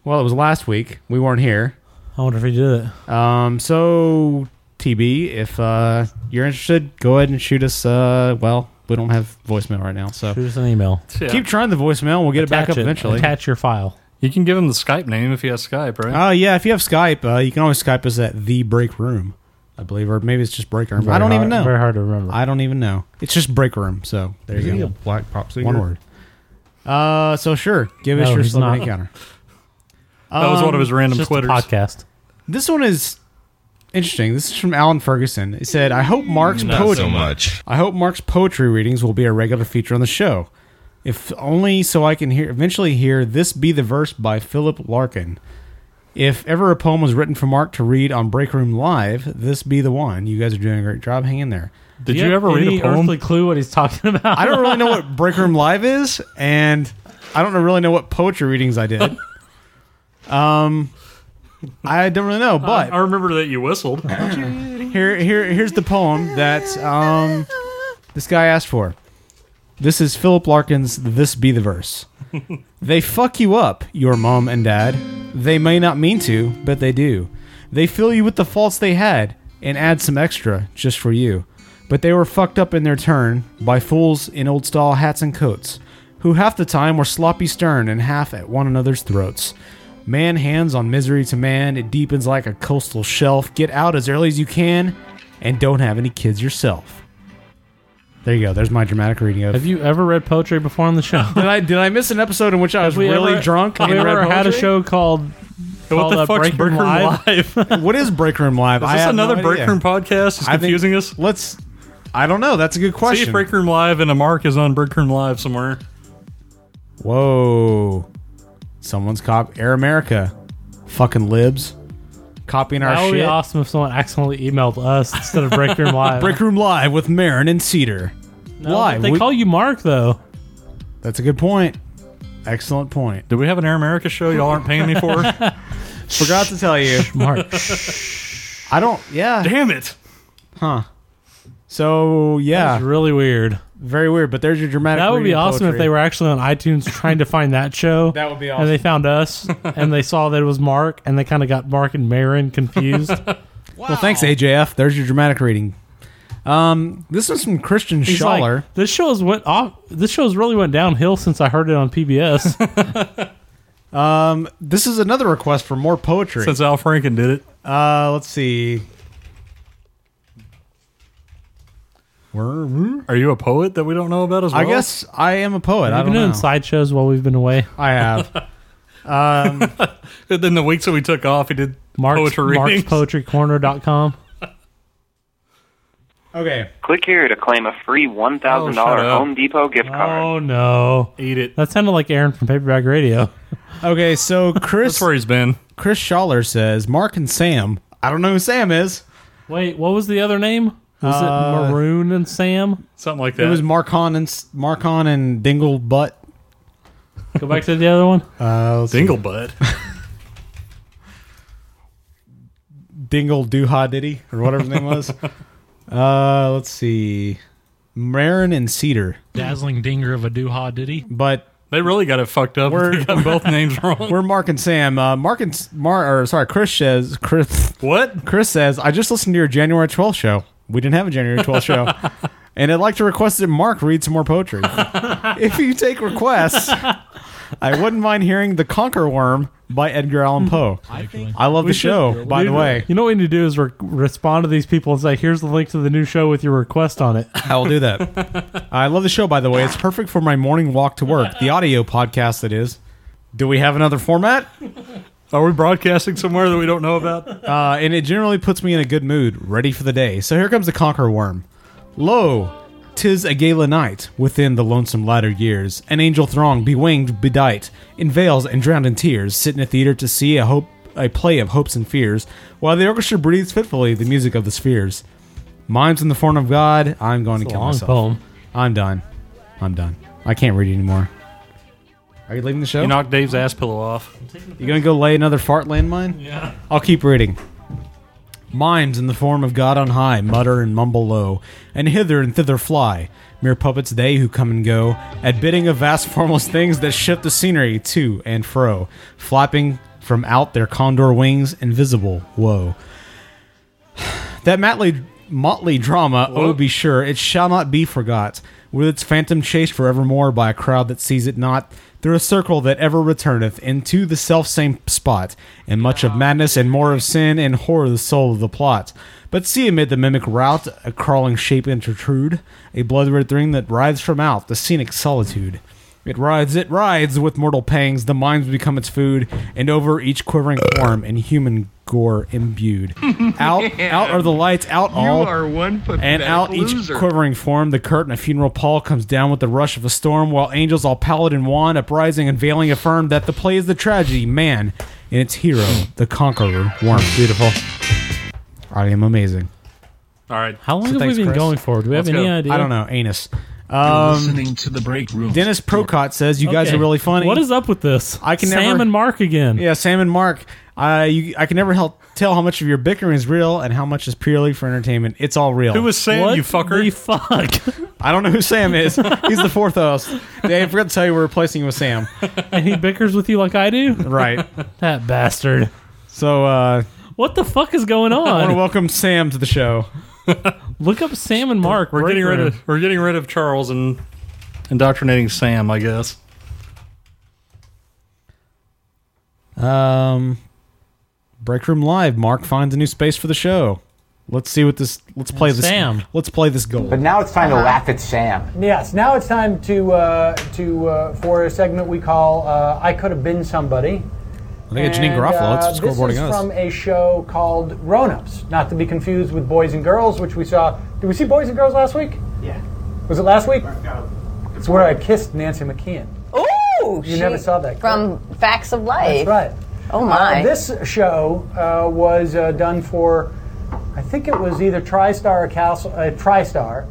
Speaker 8: well, it was last week. We weren't here.
Speaker 2: I wonder if he did it.
Speaker 8: Um, so TB, if uh, you're interested, go ahead and shoot us. Uh, well, we don't have voicemail right now, so
Speaker 2: Shoot us an email.
Speaker 1: Yeah.
Speaker 8: keep trying the voicemail. and We'll get it back
Speaker 2: Attach
Speaker 8: up
Speaker 2: it.
Speaker 8: eventually.
Speaker 2: Attach your file.
Speaker 1: you can give him the Skype name if he has Skype, right?
Speaker 8: Uh, yeah, if you have Skype, uh, you can always Skype us at the break room, I believe, or maybe it's just break room. I
Speaker 2: Very
Speaker 8: don't even
Speaker 2: hard-
Speaker 8: know.
Speaker 2: Very hard to remember.
Speaker 8: I don't even know. It's just break room. So there
Speaker 4: Is
Speaker 8: you
Speaker 4: he
Speaker 8: go.
Speaker 4: a black pop singer?
Speaker 8: One word. Uh, so sure, give us
Speaker 2: No,
Speaker 8: your
Speaker 2: he's
Speaker 8: celebrity
Speaker 2: not.
Speaker 8: encounter. Uh,
Speaker 1: that was one of his
Speaker 2: It's
Speaker 1: random
Speaker 2: just
Speaker 1: twitters.
Speaker 2: a podcast.
Speaker 8: This one is interesting. This is from Alan Ferguson. It said, "I hope Mark's
Speaker 3: Not
Speaker 8: poetry.
Speaker 3: so much.
Speaker 8: I hope Mark's poetry readings will be a regular feature on the show. If only so I can hear eventually hear This Be the Verse by Philip Larkin. If ever a poem was written for Mark to read on Break Room Live, this be the one. You guys are doing a great job. Hang in there.
Speaker 1: Did
Speaker 2: Do
Speaker 1: you ever
Speaker 2: have
Speaker 1: read
Speaker 2: any
Speaker 1: a poem?
Speaker 2: earthly clue what he's talking about?
Speaker 8: I don't really know what Break Room Live is, and I don't really know what poetry readings I did. Um, I don't really know, but
Speaker 1: I remember that you whistled.
Speaker 8: here, here, here's the poem that um, this guy asked for. This is Philip Larkin's "This Be the Verse." they fuck you up, your mom and dad. They may not mean to, but they do. They fill you with the faults they had and add some extra just for you. But they were fucked up in their turn by fools in old style hats and coats, who half the time were sloppy stern and half at one another's throats. Man hands on misery to man, it deepens like a coastal shelf. Get out as early as you can, and don't have any kids yourself. There you go. There's my dramatic reading of.
Speaker 2: Have you ever read poetry before on the show?
Speaker 8: did I did I miss an episode in which I was
Speaker 2: we
Speaker 8: really
Speaker 2: ever-
Speaker 8: drunk
Speaker 2: Have
Speaker 8: and
Speaker 2: we
Speaker 8: read
Speaker 2: ever had a
Speaker 8: poetry?
Speaker 2: show called
Speaker 1: what the
Speaker 2: Called, uh,
Speaker 1: fuck's
Speaker 2: Break
Speaker 1: Break Room
Speaker 2: Room
Speaker 1: Live? Is this
Speaker 8: What is Break Room Live? I have
Speaker 1: another
Speaker 8: no
Speaker 1: Break
Speaker 8: idea.
Speaker 1: Room podcast? Is
Speaker 8: I think-
Speaker 1: confusing us.
Speaker 8: Let's. I don't know. That's a good
Speaker 1: See
Speaker 8: question.
Speaker 1: if Break Room Live and a Mark is on Break Room Live somewhere.
Speaker 8: Whoa! Someone's cop Air America, fucking libs, copying our
Speaker 2: That would be
Speaker 8: shit.
Speaker 2: awesome if someone accidentally emailed us instead of Break Room Live.
Speaker 8: Break Room Live with Marin and Cedar.
Speaker 2: No,
Speaker 8: Live.
Speaker 2: They
Speaker 8: We-
Speaker 2: call you Mark though.
Speaker 8: That's a good point. Excellent point.
Speaker 1: Do we have an Air America show y'all aren't paying me for?
Speaker 8: Forgot to tell you.
Speaker 2: Mark.
Speaker 8: I don't. Yeah.
Speaker 1: Damn it.
Speaker 8: So
Speaker 2: That's
Speaker 8: yeah,
Speaker 2: really weird.
Speaker 8: very weird. But there's your dramatic.
Speaker 2: That would be
Speaker 8: reading
Speaker 2: awesome if
Speaker 8: poetry.
Speaker 2: they were actually on iTunes trying to find that show.
Speaker 8: That would be
Speaker 2: And they
Speaker 8: awesome.
Speaker 2: found us and they saw that it was Mark and they kind of got Mark and Marin confused.
Speaker 8: Well,
Speaker 2: Oh.
Speaker 8: thanks AJF. There's your dramatic reading. Um, this is from Christian
Speaker 2: He's
Speaker 8: Schaller.
Speaker 2: like, this show's went off. This show's really went downhill since I heard it on PBS.
Speaker 8: this is another request for more poetry.
Speaker 1: Since Al Franken did it.
Speaker 8: Uh, let's see.
Speaker 1: Are you a poet that we don't know about as well?
Speaker 8: I guess I am a poet. I
Speaker 2: I've
Speaker 8: don't
Speaker 2: been doing
Speaker 8: know.
Speaker 2: sideshows while we've been away.
Speaker 8: I have.
Speaker 1: And then the weeks that we took off, he did
Speaker 2: Mark's,
Speaker 1: poetry
Speaker 2: Mark's
Speaker 1: readings.
Speaker 2: poetrycorner.com.
Speaker 8: Okay.
Speaker 3: Click here to claim a free $1,000
Speaker 1: Oh, shut up.
Speaker 3: Home Depot gift card.
Speaker 2: Oh no,
Speaker 1: Eat it.
Speaker 2: that sounded like Aaron from Paperback Radio.
Speaker 8: Okay, so
Speaker 1: That's
Speaker 8: Chris
Speaker 1: where he's been.
Speaker 8: Chris Schaller says Mark and Sam. I don't know who Sam is.
Speaker 2: Wait, what was the other name? Was
Speaker 8: Uh,
Speaker 2: it Maroon and Sam?
Speaker 1: Something like that.
Speaker 8: It was Marcon and S- Marcon and Dingle Butt.
Speaker 2: Go back to the other one.
Speaker 8: Uh, let's see.
Speaker 1: Dinglebutt.
Speaker 8: Dingle Duha Diddy or whatever his name was. Uh, let's see, Marin and Cedar.
Speaker 11: Dazzling dinger of a dooha diddy.
Speaker 8: But
Speaker 1: They really got it fucked up.
Speaker 8: We're-
Speaker 1: They got both names wrong.
Speaker 8: we're Mark and Sam. Uh, Mark and S- Mar or sorry, Chris says Chris.
Speaker 1: What?
Speaker 8: Chris says, I just listened to your January 12th show. We didn't have a January 12th show. And I'd like to request that Mark read some more poetry. if you take requests, I wouldn't mind hearing The Conquer Worm by Edgar Allan Poe. I love the show, by the way.
Speaker 2: You know what we need to do is re- respond to these people and say, "Here's the link to the new show with your request on it."
Speaker 8: I will do that. I love the show, by the way. It's perfect for my morning walk to work, the audio podcast, it is. Do we have another format?
Speaker 1: Are we broadcasting somewhere that we don't know about?
Speaker 8: Uh, and it generally puts me in a good mood, ready for the day. So here comes the conquer worm. Lo, tis a gala night within the lonesome latter years. An angel throng, bewinged, bedight, in veils and drowned in tears, sit in a theater to see a hope, a play of hopes and fears, while the orchestra breathes fitfully the music of the spheres. Mimes in the form of God. I'm going to
Speaker 2: It's a
Speaker 8: kill
Speaker 2: long
Speaker 8: myself.
Speaker 2: poem.
Speaker 8: I'm done. I'm done. I can't read anymore. Are you leaving the show?
Speaker 1: You knocked Dave's ass pillow off.
Speaker 8: You gonna go lay another fart landmine? Yeah. I'll keep reading. Mimes in the form of God on high mutter and mumble low, and hither and thither fly. Mere puppets they who come and go, at bidding of vast formless things that shift the scenery to and fro, flapping from out their condor wings, invisible woe. That matly, motley drama, oh, be sure, it shall not be forgot, with its phantom chased forevermore by a crowd that sees it not, through a circle that ever returneth into the selfsame spot, and much of madness and more of sin and horror the soul of the plot. But see amid the mimic rout a crawling shape intrude, a blood red thing that writhes from out the scenic solitude. It writhes, it writhes with mortal pangs, the minds become its food, and over each quivering form in human gore imbued. out, out are the lights, out all.
Speaker 3: one
Speaker 8: and out each quivering form, the curtain of funeral pall comes down with the rush of a storm, while angels all pallid and wan, uprising and veiling, affirm that the play is the tragedy, man, and its hero, the conqueror, warm. Beautiful. I am amazing.
Speaker 1: All right.
Speaker 2: How long
Speaker 8: So
Speaker 2: have
Speaker 8: thanks,
Speaker 2: we been
Speaker 8: Chris.
Speaker 2: going for? Do we have
Speaker 1: Let's
Speaker 2: any
Speaker 1: go.
Speaker 2: idea?
Speaker 8: I don't know, anus. Um,
Speaker 12: listening to the break room.
Speaker 8: Dennis Procott says, You guys
Speaker 2: Okay.
Speaker 8: are really funny.
Speaker 2: What is up with this?
Speaker 8: I can
Speaker 2: Sam
Speaker 8: never-
Speaker 2: and Mark again.
Speaker 8: Yeah, Sam and Mark. I you, I can never help tell how much of your bickering is real and how much is purely for entertainment. It's all real.
Speaker 1: Who was Sam,
Speaker 2: What
Speaker 1: you fucker?
Speaker 2: the fuck?
Speaker 8: I don't know who Sam is. He's the fourth host. Dave, I forgot to tell you we're replacing him with Sam.
Speaker 2: and he bickers with you like I do.
Speaker 8: Right.
Speaker 2: That bastard.
Speaker 8: So uh,
Speaker 2: What the fuck is going
Speaker 8: I want to
Speaker 2: on?
Speaker 8: welcome Sam to the show.
Speaker 2: Look up Sam and Mark.
Speaker 1: we're
Speaker 2: Break
Speaker 1: getting rid
Speaker 2: Room.
Speaker 1: of we're getting rid of Charles and indoctrinating Sam, I guess.
Speaker 8: Um, break room live. Mark finds a new space for the show. Let's see what this. Let's play this.
Speaker 2: Sam.
Speaker 8: Let's play this goal.
Speaker 13: Now it's time to laugh at Sam. Uh-huh. Yes, now it's time to uh, to uh, for a segment we call uh, "I Could Have Been Somebody." uh,
Speaker 8: I think it's Janine Garofalo.
Speaker 13: this
Speaker 8: It's scoreboarding
Speaker 13: is
Speaker 8: us.
Speaker 13: from a show called Grown Ups, not to be confused with Boys and Girls, which we saw. Did we see Boys and Girls last week? Yeah. Was it last week? It's where I kissed Nancy McKeon.
Speaker 5: Ooh,
Speaker 13: You never saw that.
Speaker 5: from Facts of Life.
Speaker 13: That's right.
Speaker 5: Oh
Speaker 13: Uh,
Speaker 5: my!
Speaker 13: this show uh, was uh, done for, I think it was either TriStar or Castle, uh, TriStar,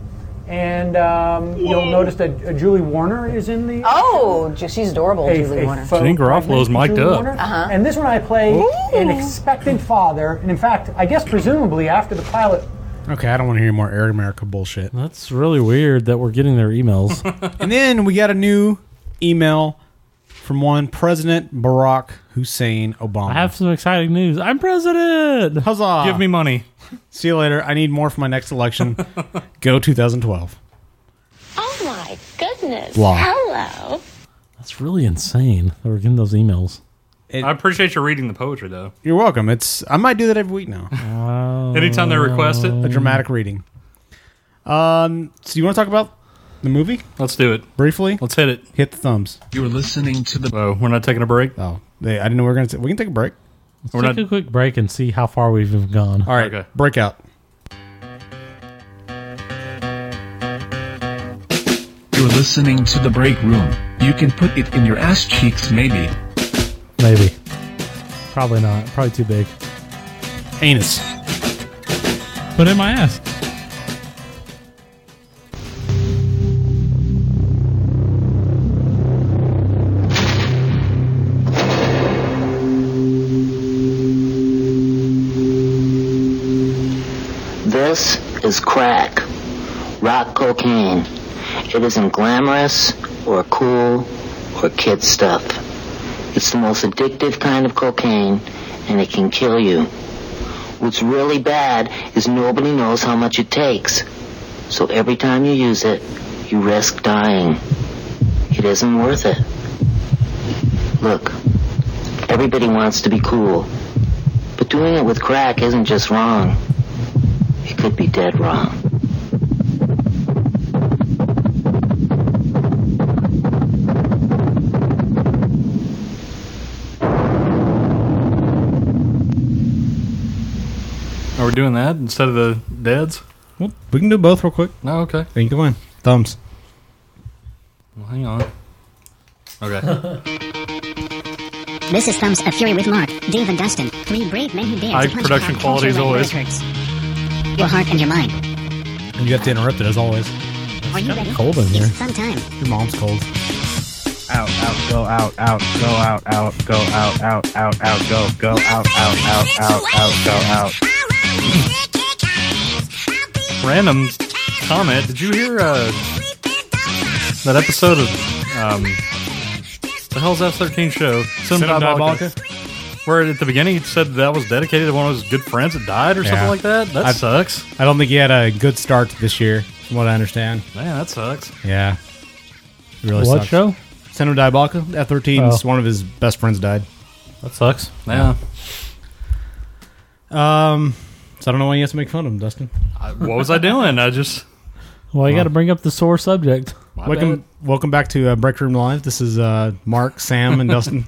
Speaker 13: and um, you'll notice that uh, Julie Warner is in the.
Speaker 5: oh, ju- she's adorable, Julie Warner.
Speaker 1: Janine Garofalo's mic'd up.
Speaker 13: Uh-huh. And this one I play an expectant father, and in fact, I guess presumably after the pilot.
Speaker 8: okay, I don't want to hear more Air America bullshit.
Speaker 2: That's really weird that we're getting their emails.
Speaker 8: And then we got a new email from one President Barack Hussein Obama.
Speaker 2: I have some exciting news. I'm president.
Speaker 8: Huzzah!
Speaker 1: Give me money.
Speaker 8: See you later. I need more for my next election. Go 2012.
Speaker 5: Oh my goodness!
Speaker 8: Wow.
Speaker 5: Hello.
Speaker 2: That's really insane that we're getting those emails.
Speaker 1: I appreciate you reading the poetry though.
Speaker 8: You're welcome. It's I might do that every week now.
Speaker 1: Anytime they request
Speaker 8: A
Speaker 1: it,
Speaker 8: dramatic reading. Um. So you want to talk about the movie
Speaker 1: let's do it.
Speaker 8: briefly?
Speaker 1: Let's hit it.
Speaker 8: Hit the thumbs.
Speaker 12: You're listening to the
Speaker 1: Oh, we're not taking a break.
Speaker 8: Oh, they, I didn't know we were gonna. T- we can take a break.
Speaker 1: We're
Speaker 2: Take
Speaker 1: not.
Speaker 2: a quick break and see how far we've gone.
Speaker 8: All right.
Speaker 1: Okay.
Speaker 8: Breakout.
Speaker 14: listening to the break room. You can put it in your ass cheeks, maybe.
Speaker 2: Maybe. Probably not. Probably too big.
Speaker 8: Anus.
Speaker 2: Put in my ass.
Speaker 9: This is crack, rock cocaine. It isn't glamorous or cool or kid stuff. It's the most addictive kind of cocaine and it can kill you. What's really bad is nobody knows how much it takes. So every time you use it, you risk dying. It isn't worth it. Look, everybody wants to be cool. But doing it with crack isn't just wrong. It could be dead wrong.
Speaker 1: Are we doing that instead of the deads?
Speaker 4: Well, we can do both real quick.
Speaker 1: No, okay.
Speaker 4: Then you can win. Thumbs.
Speaker 1: Well, hang on. Okay.
Speaker 15: This is Thumbs of Fury with Mark, Dave, and Dustin. Three brave men who dare
Speaker 1: High
Speaker 15: to punch
Speaker 1: production
Speaker 15: clock, torture
Speaker 1: quality as
Speaker 15: when
Speaker 1: always.
Speaker 15: birth hurts. Your heart and your mind.
Speaker 2: And you have to interrupt it as always.
Speaker 15: Are you ready?
Speaker 2: cold in
Speaker 15: it's
Speaker 2: here.
Speaker 15: fun time.
Speaker 2: Your mom's cold.
Speaker 16: Out, out, go out, out, go out, out, go out, out, out, out, go, go out, out, out, out, out, go out.
Speaker 1: Random comment. Did you hear uh, that episode of um, the Hell's F thirteen show? Sin
Speaker 4: Sin
Speaker 1: Diabolica? Where at the beginning it said that was dedicated to one of his good friends that died or something like that. That
Speaker 4: I've-
Speaker 1: sucks.
Speaker 4: I don't think he had a good start this year, from what I understand.
Speaker 1: Man, that sucks.
Speaker 4: Yeah. It really
Speaker 1: What
Speaker 4: sucks.
Speaker 1: show?
Speaker 4: Send him Diabolica. At 13,
Speaker 1: Oh.
Speaker 4: one of his best friends died.
Speaker 2: That sucks.
Speaker 1: Yeah.
Speaker 4: Um, so I don't know why you have to make fun of him, Dustin.
Speaker 1: What was I doing? I just
Speaker 2: Well, you got to bring up the sore subject.
Speaker 4: welcome, welcome back to uh, Break Room Live. This is uh, Mark, Sam, and Dustin.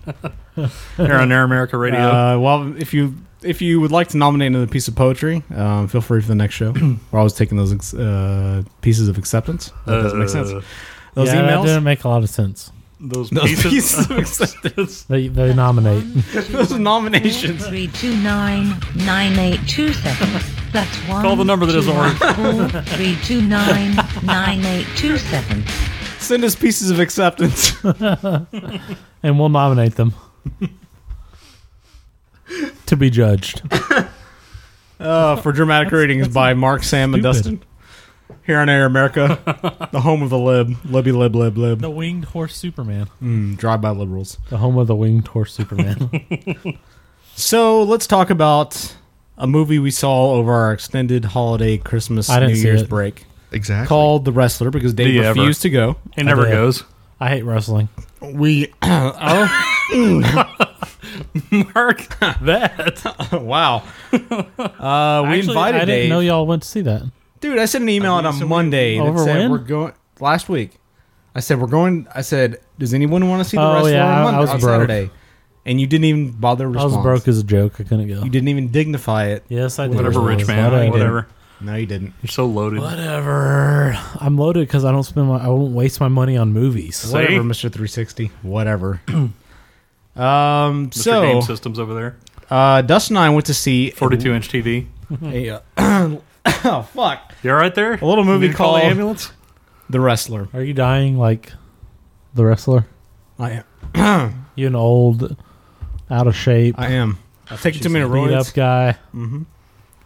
Speaker 1: Here on Air America Radio.
Speaker 4: Uh, well, if you if you would like to nominate another piece of poetry, um, feel free for the next show. We're always taking those ex- uh, pieces of acceptance. That doesn't make sense.
Speaker 2: Uh,
Speaker 4: Those
Speaker 2: yeah,
Speaker 4: emails.
Speaker 2: That didn't make a lot of sense.
Speaker 1: Those
Speaker 4: Those pieces pieces of of
Speaker 1: acceptance.
Speaker 2: they, they nominate.
Speaker 4: Those nominations.
Speaker 17: Three two nine nine eight two seven. That's one.
Speaker 1: Call the number that
Speaker 17: two,
Speaker 1: doesn't
Speaker 17: one,
Speaker 1: work.
Speaker 17: four, Three two nine nine eight two seven.
Speaker 4: Send us pieces of acceptance.
Speaker 2: and we'll nominate them to be judged.
Speaker 4: Uh, for dramatic readings by Mark, Sam, and
Speaker 2: stupid.
Speaker 4: Dustin. Here on Air America, the home of the lib, libby lib lib lib.
Speaker 2: The winged horse Superman.
Speaker 4: Mm, drive by liberals.
Speaker 2: The home of the winged horse Superman.
Speaker 4: So let's talk about a movie we saw over our extended holiday Christmas
Speaker 2: I didn't
Speaker 4: New
Speaker 2: see
Speaker 4: Year's
Speaker 2: it.
Speaker 4: break.
Speaker 2: Exactly.
Speaker 4: Called The Wrestler because
Speaker 2: Do you
Speaker 4: Dave
Speaker 2: ever?
Speaker 4: refused to go.
Speaker 2: He never I did. goes. I hate wrestling.
Speaker 4: We oh
Speaker 1: Mark that
Speaker 4: wow. Uh, we
Speaker 2: Actually,
Speaker 4: invited
Speaker 2: I didn't
Speaker 4: Dave.
Speaker 2: know y'all went to see that.
Speaker 4: Dude, I sent an email out on Monday that
Speaker 2: Over
Speaker 4: said
Speaker 2: when?
Speaker 4: we're going last week. I said we're going. I said, does anyone want to see the
Speaker 2: Oh,
Speaker 4: wrestler
Speaker 2: yeah, I-
Speaker 4: on Monday
Speaker 2: I was
Speaker 4: on
Speaker 2: broke.
Speaker 4: Saturday? And you didn't even bother.
Speaker 2: I was
Speaker 4: Respond.
Speaker 2: broke as a joke. I couldn't go.
Speaker 4: You didn't even dignify it.
Speaker 2: Yes, I did.
Speaker 1: Whatever, rich man. Whatever.
Speaker 4: No, you didn't.
Speaker 1: You're so loaded.
Speaker 2: Whatever. I'm loaded because I don't spend my. I won't waste my money on movies.
Speaker 4: Whatever, Mister Three Sixty. Whatever. um. So
Speaker 1: Game Systems over there.
Speaker 4: Uh, Dustin and I went to see
Speaker 1: 42 inch TV.
Speaker 4: A, uh, oh fuck!
Speaker 1: You all right there?
Speaker 4: A little movie
Speaker 1: Did you call the
Speaker 4: called
Speaker 1: ambulance?
Speaker 4: The Wrestler.
Speaker 2: Are you dying like the wrestler?
Speaker 4: I am.
Speaker 2: you an old, out of shape.
Speaker 4: I am. I take too many
Speaker 2: beat
Speaker 4: roids.
Speaker 2: up guy.
Speaker 4: Mhm.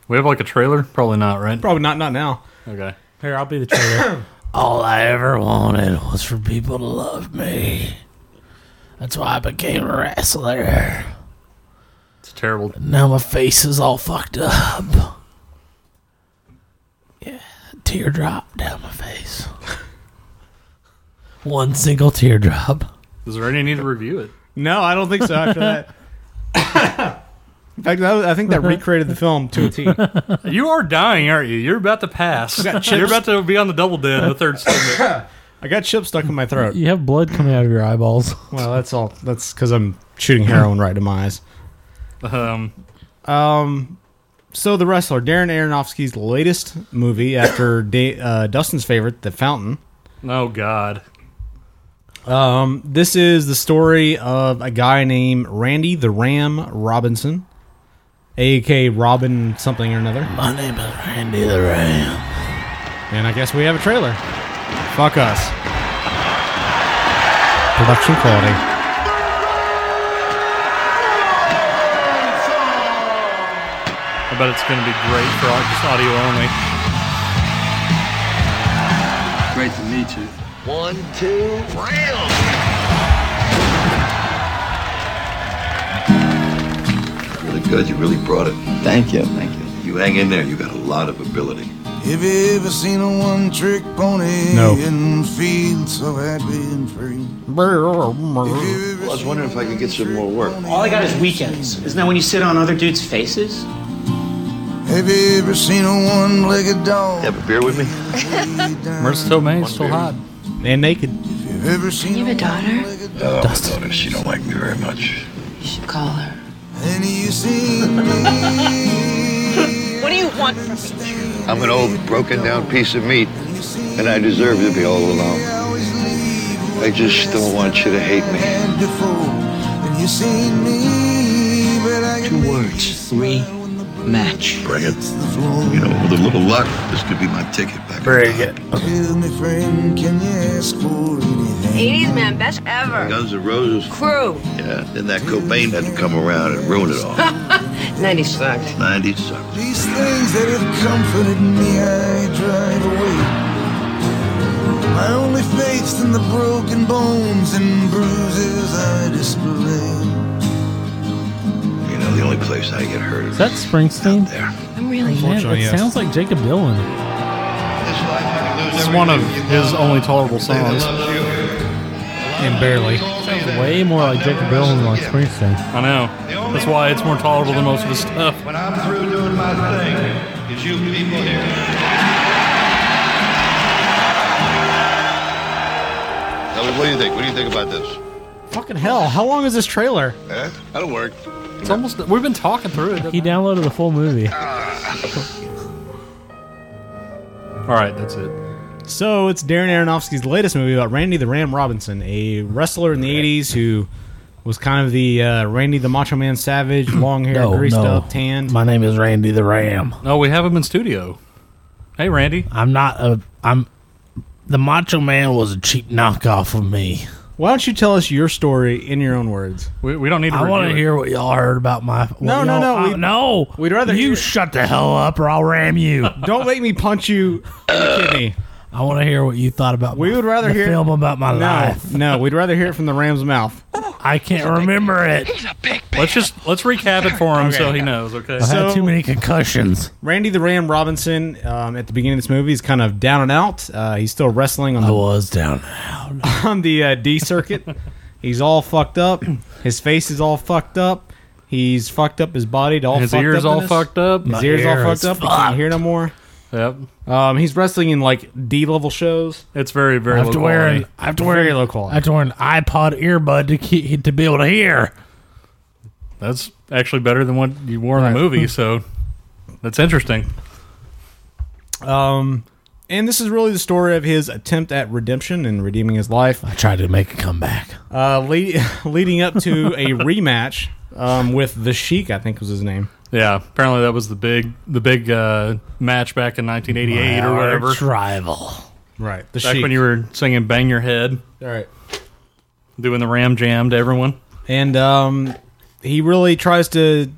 Speaker 1: We have like a trailer? Probably not, right?
Speaker 4: Probably not. Not now.
Speaker 1: Okay.
Speaker 2: Here, I'll be the trailer.
Speaker 18: All I ever wanted was for people to love me. That's why I became a wrestler.
Speaker 1: It's terrible.
Speaker 18: Now my face is all fucked up. Yeah, teardrop down my face. One single teardrop.
Speaker 1: Is there any need to review it?
Speaker 4: No, I don't think so. After that. In fact, that was, I think that recreated the film to a T.
Speaker 1: You are dying, aren't you? You're about to pass.
Speaker 4: I got
Speaker 1: You're
Speaker 4: chips.
Speaker 1: about to be on the double dead in the third segment.
Speaker 4: I got chips stuck in my throat.
Speaker 2: You have blood coming out of your eyeballs.
Speaker 4: Well, that's all. That's because I'm shooting heroin right in my eyes.
Speaker 1: Um,
Speaker 4: um, so the wrestler Darren Aronofsky's latest movie after da- uh, Dustin's favorite, The Fountain,
Speaker 1: Oh God.
Speaker 4: Um, this is the story of a guy named Randy the Ram Robinson, A.K. Robin something or another.
Speaker 18: My name is Randy the Ram.
Speaker 4: And I guess we have a trailer. Fuck us. Production quality.
Speaker 1: I bet it's going to be great for au- just audio only.
Speaker 19: Great to meet you.
Speaker 20: One, two, rail!
Speaker 6: Really good. You really brought it.
Speaker 20: Thank you, thank you.
Speaker 6: You hang in there. You got a lot of ability.
Speaker 7: Have you ever seen a one trick pony
Speaker 6: No.
Speaker 7: and feel so happy and free?
Speaker 6: Well, I was wondering if I could get some more work.
Speaker 21: All I got is weekends. Isn't that when you sit on other dudes' faces?
Speaker 7: Have you ever seen a one legged dog?
Speaker 6: Have a beer with me?
Speaker 1: Mertz still May, still hot.
Speaker 4: And naked.
Speaker 7: Have you ever seen
Speaker 22: You have a daughter?
Speaker 6: Oh, my daughter, she don't like me very much.
Speaker 22: You should call her.
Speaker 7: And you see me.
Speaker 22: what do you want from me?
Speaker 6: I'm an old, broken down piece of meat, and I deserve to be all alone. I just don't want you to hate me.
Speaker 7: and before? And you see me, but I can
Speaker 20: Two words, three match.
Speaker 6: Bring it. You know, with a little luck, this could be my ticket back. Bring it.
Speaker 7: tell me, friend, can you ask for anything?
Speaker 23: 80s man, best ever.
Speaker 6: Guns N' Roses.
Speaker 23: Crew.
Speaker 6: Yeah, then that Cobain had to come around and ruin it all.
Speaker 23: 90s sucked.
Speaker 6: 90s sucked.
Speaker 7: These things that have comforted me, I drive away. My only faith's in the broken bones and bruises I display.
Speaker 6: You know, the only place I get hurt
Speaker 2: Is that Springsteen?
Speaker 23: I'm really
Speaker 2: Man, it
Speaker 1: Unfortunately, yes.
Speaker 2: sounds like Jacob Dylan.
Speaker 1: It's one of his only tolerable songs.
Speaker 4: And barely.
Speaker 2: Sounds way more like Jacob Dylan than like Springsteen.
Speaker 1: I know. That's why it's more tolerable than most of his stuff.
Speaker 6: When I'm through doing my thing, is you people here. Ellie, what do you think? What do you think about this?
Speaker 4: Fucking hell! How long is this trailer?
Speaker 6: Eh? That'll work.
Speaker 1: It's almost. We've been talking through it.
Speaker 2: He downloaded the full movie.
Speaker 1: All right, that's it.
Speaker 4: So it's Darren Aronofsky's latest movie about Randy the Ram Robinson, a wrestler in the '80s who was kind of the uh, Randy the Macho Man Savage, long hair,
Speaker 2: No,
Speaker 4: greased
Speaker 2: no.
Speaker 4: up, tanned.
Speaker 2: My name is Randy the Ram.
Speaker 1: No, we have him in studio. Hey, Randy.
Speaker 18: I'm not a. I'm. The Macho Man was a cheap knockoff of me.
Speaker 4: Why don't you tell us your story in your own words?
Speaker 1: We, we don't need. To
Speaker 18: I want to
Speaker 1: review it.
Speaker 18: hear what y'all heard about my. what
Speaker 4: No, no,
Speaker 18: y'all-
Speaker 4: no,
Speaker 18: I-
Speaker 4: we-
Speaker 18: no.
Speaker 4: We'd rather
Speaker 18: you
Speaker 4: hear-
Speaker 18: shut the hell up, or I'll ram you.
Speaker 4: Don't make me punch you in the kidney.
Speaker 18: I want to hear what you thought about.
Speaker 4: We
Speaker 18: my-
Speaker 4: would rather
Speaker 18: the
Speaker 4: hear
Speaker 18: film about my
Speaker 4: no,
Speaker 18: life.
Speaker 4: No, we'd rather hear it from the Ram's mouth.
Speaker 18: I can't remember it.
Speaker 1: Let's just let's recap it for him so he knows. Okay.
Speaker 18: I
Speaker 4: So-
Speaker 18: had too many concussions.
Speaker 4: Randy the Ram Robinson um, at the beginning of this movie is kind of down and out. Uh, he's still wrestling on
Speaker 18: I
Speaker 4: the
Speaker 1: Oh.
Speaker 18: was down.
Speaker 4: on the uh, D circuit. He's all fucked up. His face is all fucked up. He's fucked up his body to all
Speaker 1: His
Speaker 4: fucked
Speaker 1: ears all
Speaker 4: upness.
Speaker 1: fucked up.
Speaker 4: His
Speaker 1: My
Speaker 4: ears
Speaker 1: ear
Speaker 4: all
Speaker 1: is
Speaker 4: fucked up. He can't hear no more.
Speaker 1: Yep.
Speaker 4: Um, he's wrestling in like D level shows.
Speaker 1: It's very
Speaker 18: I
Speaker 1: very.
Speaker 18: have
Speaker 1: low
Speaker 18: to wear an.
Speaker 1: quality.
Speaker 18: I have to wear.
Speaker 4: Very low
Speaker 18: I
Speaker 4: quality.
Speaker 18: have to wear an iPod earbud to keep, to be able to hear.
Speaker 1: That's actually better than what you wore in the movie. So that's interesting.
Speaker 4: Um, and this is really the story of his attempt at redemption and redeeming his life,
Speaker 18: I tried to make a comeback.
Speaker 4: uh, lead, leading up to a rematch um, with the Sheik. I think was his name.
Speaker 1: Yeah. Apparently that was the big the big uh, match back in 1988 or whatever.
Speaker 18: Arch rival.
Speaker 4: Right, the
Speaker 1: Back
Speaker 4: Sheik.
Speaker 1: when you were singing "Bang Your Head,"
Speaker 4: all right.
Speaker 1: doing the Ram Jam to everyone.
Speaker 4: and um, he really tries to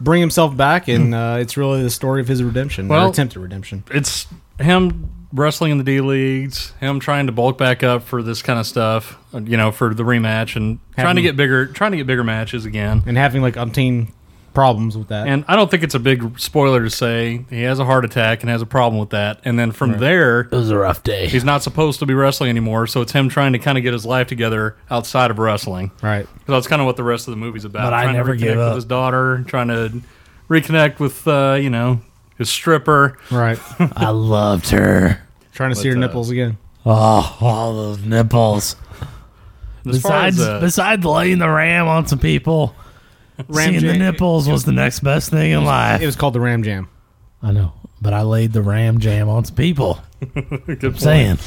Speaker 4: bring himself back, and uh, it's really the story of his redemption,
Speaker 1: Hmm. Well-
Speaker 4: or attempted redemption.
Speaker 1: It's him wrestling in the D leagues, him trying to bulk back up for this kind of stuff, you know, for the rematch, and trying to
Speaker 4: Having-
Speaker 1: get bigger, trying to get bigger matches again.
Speaker 4: and having like umpteen problems with that.
Speaker 1: And I don't think it's a big spoiler to say he has a heart attack and has a problem with that. And then from there,
Speaker 18: It was a rough day.
Speaker 1: he's not supposed to be wrestling anymore. So it's him trying to kind of get his life together outside of wrestling.
Speaker 4: right.
Speaker 1: So that's kind of what the rest of the movie's about.
Speaker 18: But I
Speaker 1: trying
Speaker 18: never
Speaker 1: to reconnect
Speaker 18: give
Speaker 1: with
Speaker 18: up.
Speaker 1: his daughter, trying to reconnect with uh, you know his stripper.
Speaker 4: Right.
Speaker 18: I loved her.
Speaker 4: Trying to see
Speaker 1: But,
Speaker 4: your
Speaker 1: uh,
Speaker 4: nipples again.
Speaker 18: Oh, all those nipples.
Speaker 1: As far as,
Speaker 18: Besides,
Speaker 1: uh,
Speaker 18: besides laying the ram on some people,
Speaker 4: Ram
Speaker 18: seeing the
Speaker 4: jam.
Speaker 18: nipples was the next best thing in
Speaker 4: It
Speaker 18: life.
Speaker 4: was called the Ram Jam.
Speaker 18: I know, but I laid the ram jam on some people.
Speaker 1: good point.
Speaker 18: Saying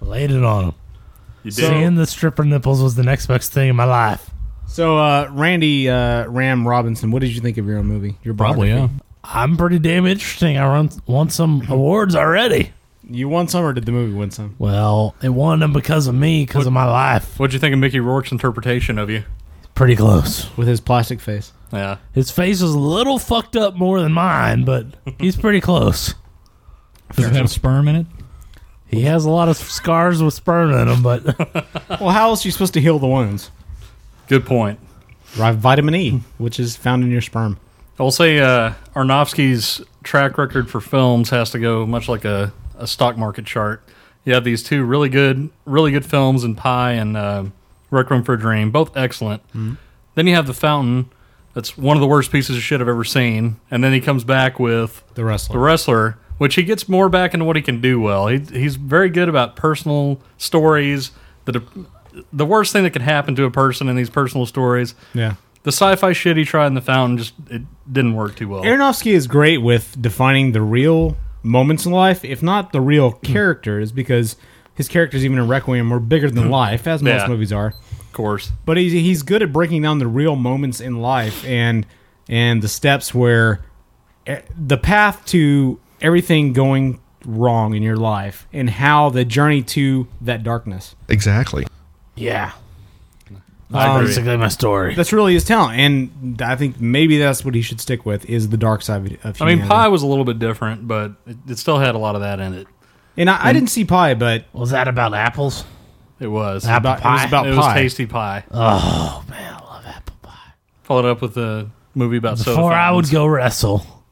Speaker 2: Laid it on him.
Speaker 4: You did.
Speaker 2: Seeing the stripper nipples was the next best thing in my life.
Speaker 4: So, uh, Randy uh, Ram Robinson, what did you think of your own movie? Your biography?
Speaker 2: I'm pretty damn interesting. I run, won some awards already.
Speaker 4: You won some, or did the movie win some?
Speaker 2: Well, it won them because of me, because of my life.
Speaker 1: What'd you think of Mickey Rourke's interpretation of you?
Speaker 2: Pretty close.
Speaker 4: With his plastic face.
Speaker 1: Yeah.
Speaker 2: His face is a little fucked up more than mine, but he's pretty close.
Speaker 3: Does it have sperm in it?
Speaker 2: He has a lot of scars with sperm in them, but
Speaker 4: well, how else are you supposed to heal the wounds?
Speaker 1: Good point.
Speaker 4: Right, vitamin E, which is found in your sperm.
Speaker 1: I will say uh, Aronofsky's track record for films has to go much like a, a stock market chart. You have these two really good, really good films in Pie and uh, Rec Room for a Dream, both excellent.
Speaker 4: Mm-hmm.
Speaker 1: Then you have The Fountain, that's one of the worst pieces of shit I've ever seen. And then he comes back with
Speaker 4: The Wrestler.
Speaker 1: The Wrestler, which he gets more back into what he can do well. He, he's very good about personal stories. The de- the worst thing that could happen to a person in these personal stories.
Speaker 4: Yeah.
Speaker 1: The sci-fi shit he tried in The Fountain just it didn't work too well.
Speaker 4: Aronofsky is great with defining the real moments in life, if not the real
Speaker 1: Mm-hmm.
Speaker 4: characters, because his characters, even in Requiem, were bigger than life, as most
Speaker 1: Mm-hmm. Yeah.
Speaker 4: movies are.
Speaker 1: Of course.
Speaker 4: But he's he's good at breaking down the real moments in life and and the steps where eh, the path to everything going wrong in your life and how the journey to that darkness.
Speaker 10: Exactly.
Speaker 4: Yeah.
Speaker 2: That's basically my story.
Speaker 4: That's really his talent, and I think maybe that's what he should stick with is the dark side of humanity.
Speaker 1: I mean, Pie was a little bit different, but it, it still had a lot of that in it.
Speaker 4: And I, I didn't see pie, but
Speaker 2: was that about apples?
Speaker 1: It was
Speaker 2: Apple
Speaker 1: It was
Speaker 2: pie?
Speaker 1: about
Speaker 2: It
Speaker 1: was
Speaker 2: was
Speaker 1: tasty pie.
Speaker 2: Oh,
Speaker 1: man, I love apple pie. Followed up with a movie about soda
Speaker 2: Before I would
Speaker 1: fountains.
Speaker 2: go wrestle,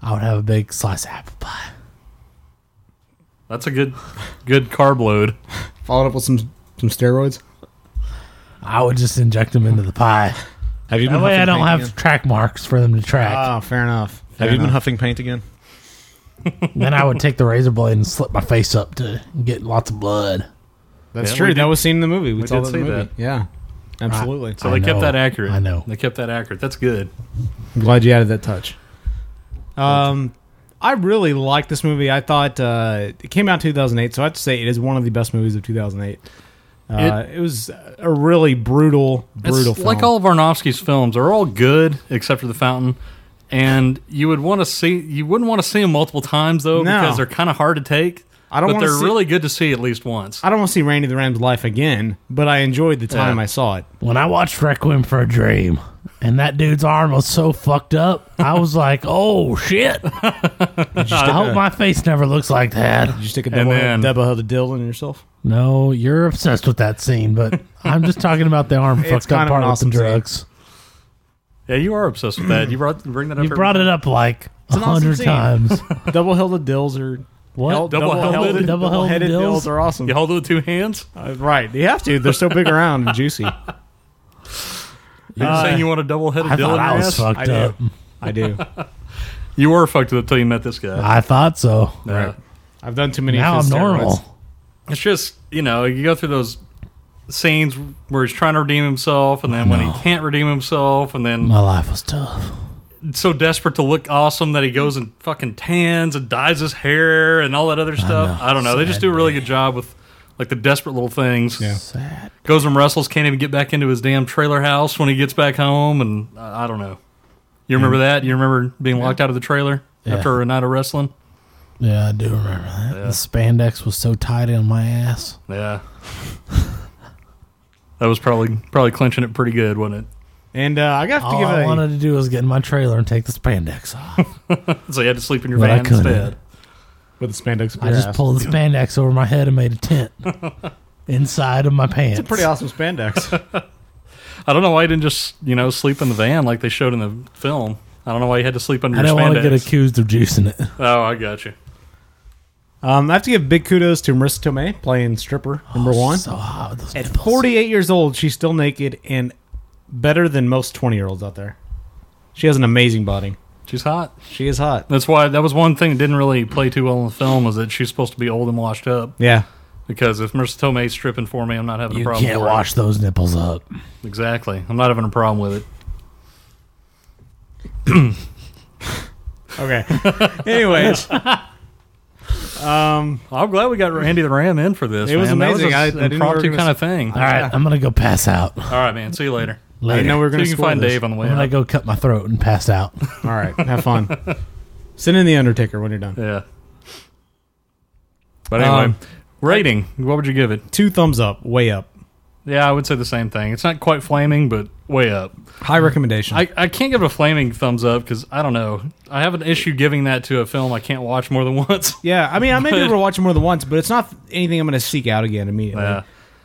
Speaker 2: I would have a big slice of apple pie.
Speaker 1: That's a good, good carb load.
Speaker 4: Followed up with some some steroids.
Speaker 2: I would just inject them into the pie.
Speaker 3: Have you
Speaker 2: that
Speaker 3: been
Speaker 2: way I
Speaker 3: huffing
Speaker 2: don't
Speaker 3: paint
Speaker 2: have
Speaker 3: again?
Speaker 2: track marks for them to track.
Speaker 4: Ah, fair enough.
Speaker 3: Have you been huffing paint again?
Speaker 2: then I would take the razor blade and slip my face up to get lots of blood.
Speaker 4: That's true. That was seen in the movie. We, saw that in the movie. Yeah, absolutely.
Speaker 1: So they kept that accurate. I know they kept that accurate. That's good.
Speaker 4: I'm glad you added that touch. Um, I really liked this movie. I thought uh, it came out in 2008, so I have to say it is one of the best movies of 2008. Uh, it, was a really brutal, brutal
Speaker 1: It's
Speaker 4: film.
Speaker 1: Like all of Aronofsky's films, they're all good except for The Fountain. And you would want to see you wouldn't want to see them multiple times though
Speaker 4: No.
Speaker 1: because they're kind of hard to take.
Speaker 4: I don't
Speaker 1: But
Speaker 4: wanna
Speaker 1: they're
Speaker 4: see-
Speaker 1: really good to see at least once.
Speaker 4: I don't want to see Randy the Ram's life again, but I enjoyed the time
Speaker 1: Yeah.
Speaker 4: I saw it.
Speaker 2: When I watched Requiem for a Dream, and that dude's arm was so fucked up, I was like, "Oh shit!" I hope my face never looks like that.
Speaker 4: Did you stick a
Speaker 2: And
Speaker 4: double
Speaker 2: then-
Speaker 4: double headed dildo in yourself?
Speaker 2: No, you're obsessed with that scene, but I'm just talking about the arm
Speaker 4: It's
Speaker 2: fucked
Speaker 4: kind
Speaker 2: up
Speaker 4: of
Speaker 2: part
Speaker 4: an awesome
Speaker 2: with the
Speaker 4: scene.
Speaker 2: drugs.
Speaker 1: Yeah, you are obsessed with that. You brought bring that up.
Speaker 2: You brought it up like a hundred times.
Speaker 4: double headed dills are
Speaker 2: What?
Speaker 4: Hel-
Speaker 1: Double
Speaker 4: double-headed-
Speaker 1: headed
Speaker 4: double-headed dills are awesome.
Speaker 1: You hold it with two hands.
Speaker 4: Uh, right, you have to. They're so big around and juicy.
Speaker 1: You're
Speaker 4: Uh,
Speaker 1: saying you want a double headed
Speaker 4: I
Speaker 1: dill
Speaker 4: thought
Speaker 1: in your
Speaker 4: I was
Speaker 1: ass?
Speaker 4: fucked I do. up. I do.
Speaker 1: you were fucked up until you met this guy.
Speaker 2: I uh, thought so.
Speaker 1: Right.
Speaker 4: I've done too many.
Speaker 2: Now
Speaker 4: of his
Speaker 2: I'm
Speaker 4: steroids.
Speaker 2: normal.
Speaker 1: It's just you know you go through those scenes where he's trying to redeem himself, and then when he can't redeem himself, and then
Speaker 2: My life was tough.
Speaker 1: so desperate to look awesome that he goes and fucking tans and dyes his hair and all that other stuff. I, don't know. They just do a really good job with like the desperate little things. Yeah.
Speaker 2: Sad.
Speaker 1: Goes and wrestles, can't even get back into his damn trailer house when he gets back home, and I I don't know. You remember that? You remember being locked out of the trailer
Speaker 2: Yeah.
Speaker 1: after a night of wrestling?
Speaker 2: Yeah, I do remember that.
Speaker 1: Yeah.
Speaker 2: The spandex was so tight on my ass.
Speaker 1: Yeah. that was probably probably clinching it pretty good, wasn't
Speaker 4: And uh, I got
Speaker 2: All I wanted to do was get in my trailer and take the spandex off.
Speaker 1: it? so you had to sleep in your
Speaker 2: But I
Speaker 1: van
Speaker 2: couldn't.
Speaker 1: instead.
Speaker 4: with the spandex.
Speaker 2: I just pulled the spandex over my head and made a tent inside of my pants.
Speaker 4: It's a pretty awesome spandex.
Speaker 1: I don't know why he didn't just you know sleep in the van like they showed in the film. I don't know why he had to sleep under
Speaker 2: I
Speaker 1: your
Speaker 2: don't want to
Speaker 1: spandex.
Speaker 2: get accused of juicing it.
Speaker 1: Oh, I got you.
Speaker 4: um, I have to give big kudos to Marissa Tomei playing stripper
Speaker 3: Oh,
Speaker 4: number one.
Speaker 2: So hot with those
Speaker 4: At 48 years old, she's still naked and better than most 20 year olds out there. She has an amazing body.
Speaker 1: She's hot.
Speaker 4: She is hot.
Speaker 1: That's why that was one thing that didn't really play too well in the film was that she's supposed to be old and washed up.
Speaker 4: Yeah.
Speaker 1: Because if Marissa Tomei's stripping for me, I'm not having a
Speaker 2: You
Speaker 1: problem.
Speaker 2: can't
Speaker 1: with it.
Speaker 2: wash those nipples up.
Speaker 1: Exactly. I'm not having a problem with it.
Speaker 4: Okay. Anyways,
Speaker 1: Um, I'm glad we got Randy the Ram in for this.
Speaker 4: It was
Speaker 1: man. That
Speaker 4: amazing. I- I
Speaker 1: was
Speaker 4: didn't
Speaker 1: an
Speaker 4: know we were
Speaker 1: impromptu
Speaker 4: gonna
Speaker 1: kind of
Speaker 4: s-
Speaker 1: thing.
Speaker 4: All right, I'm gonna go
Speaker 2: pass out.
Speaker 1: All right, man. See you later.
Speaker 2: Later.
Speaker 1: I know we're going to find Dave on the way.
Speaker 2: I'm
Speaker 1: out.
Speaker 2: gonna go cut my throat and pass out.
Speaker 4: All right, have fun. Send in the Undertaker when you're done.
Speaker 1: Yeah. But anyway,
Speaker 4: Um,
Speaker 1: rating. What would you give it?
Speaker 4: Two thumbs up. Way up.
Speaker 1: Yeah, I would say the same thing. It's not quite flaming, but way up.
Speaker 4: High recommendation.
Speaker 1: I, I can't give it a flaming thumbs up because I don't know. I have an issue giving that to a film I can't watch more than once.
Speaker 4: Yeah, I mean, I may be
Speaker 1: But-
Speaker 4: able to watch it more than once, but it's not anything I'm going to seek out again immediately.
Speaker 1: Yeah.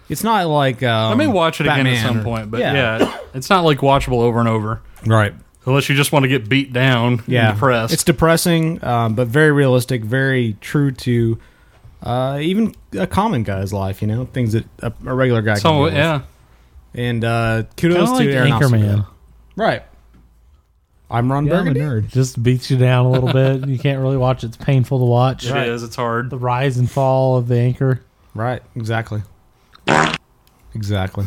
Speaker 4: It's not like um,
Speaker 1: I may watch it again
Speaker 4: Batman
Speaker 1: at some
Speaker 4: or-
Speaker 1: point, but yeah. it's not like watchable over and over.
Speaker 4: Right.
Speaker 1: Unless you just want to get beat down
Speaker 4: yeah,
Speaker 1: and depressed.
Speaker 4: It's depressing, um, but very realistic, very true to uh, even a common guy's life. You know, things that a, a regular guy.
Speaker 1: Some-
Speaker 4: can deal with.
Speaker 1: yeah.
Speaker 4: And uh, kudos
Speaker 2: Kinda
Speaker 4: to
Speaker 2: like
Speaker 4: Aronofsky.
Speaker 2: Anchorman.
Speaker 4: Right. I'm Ron
Speaker 2: Yeah, I'm a
Speaker 4: Burgundy.
Speaker 2: nerd. Just beats you down a little bit. You can't really watch. it. It's painful to watch.
Speaker 1: It is. It's hard.
Speaker 2: The rise and fall of the anchor.
Speaker 4: Right. Exactly. Exactly.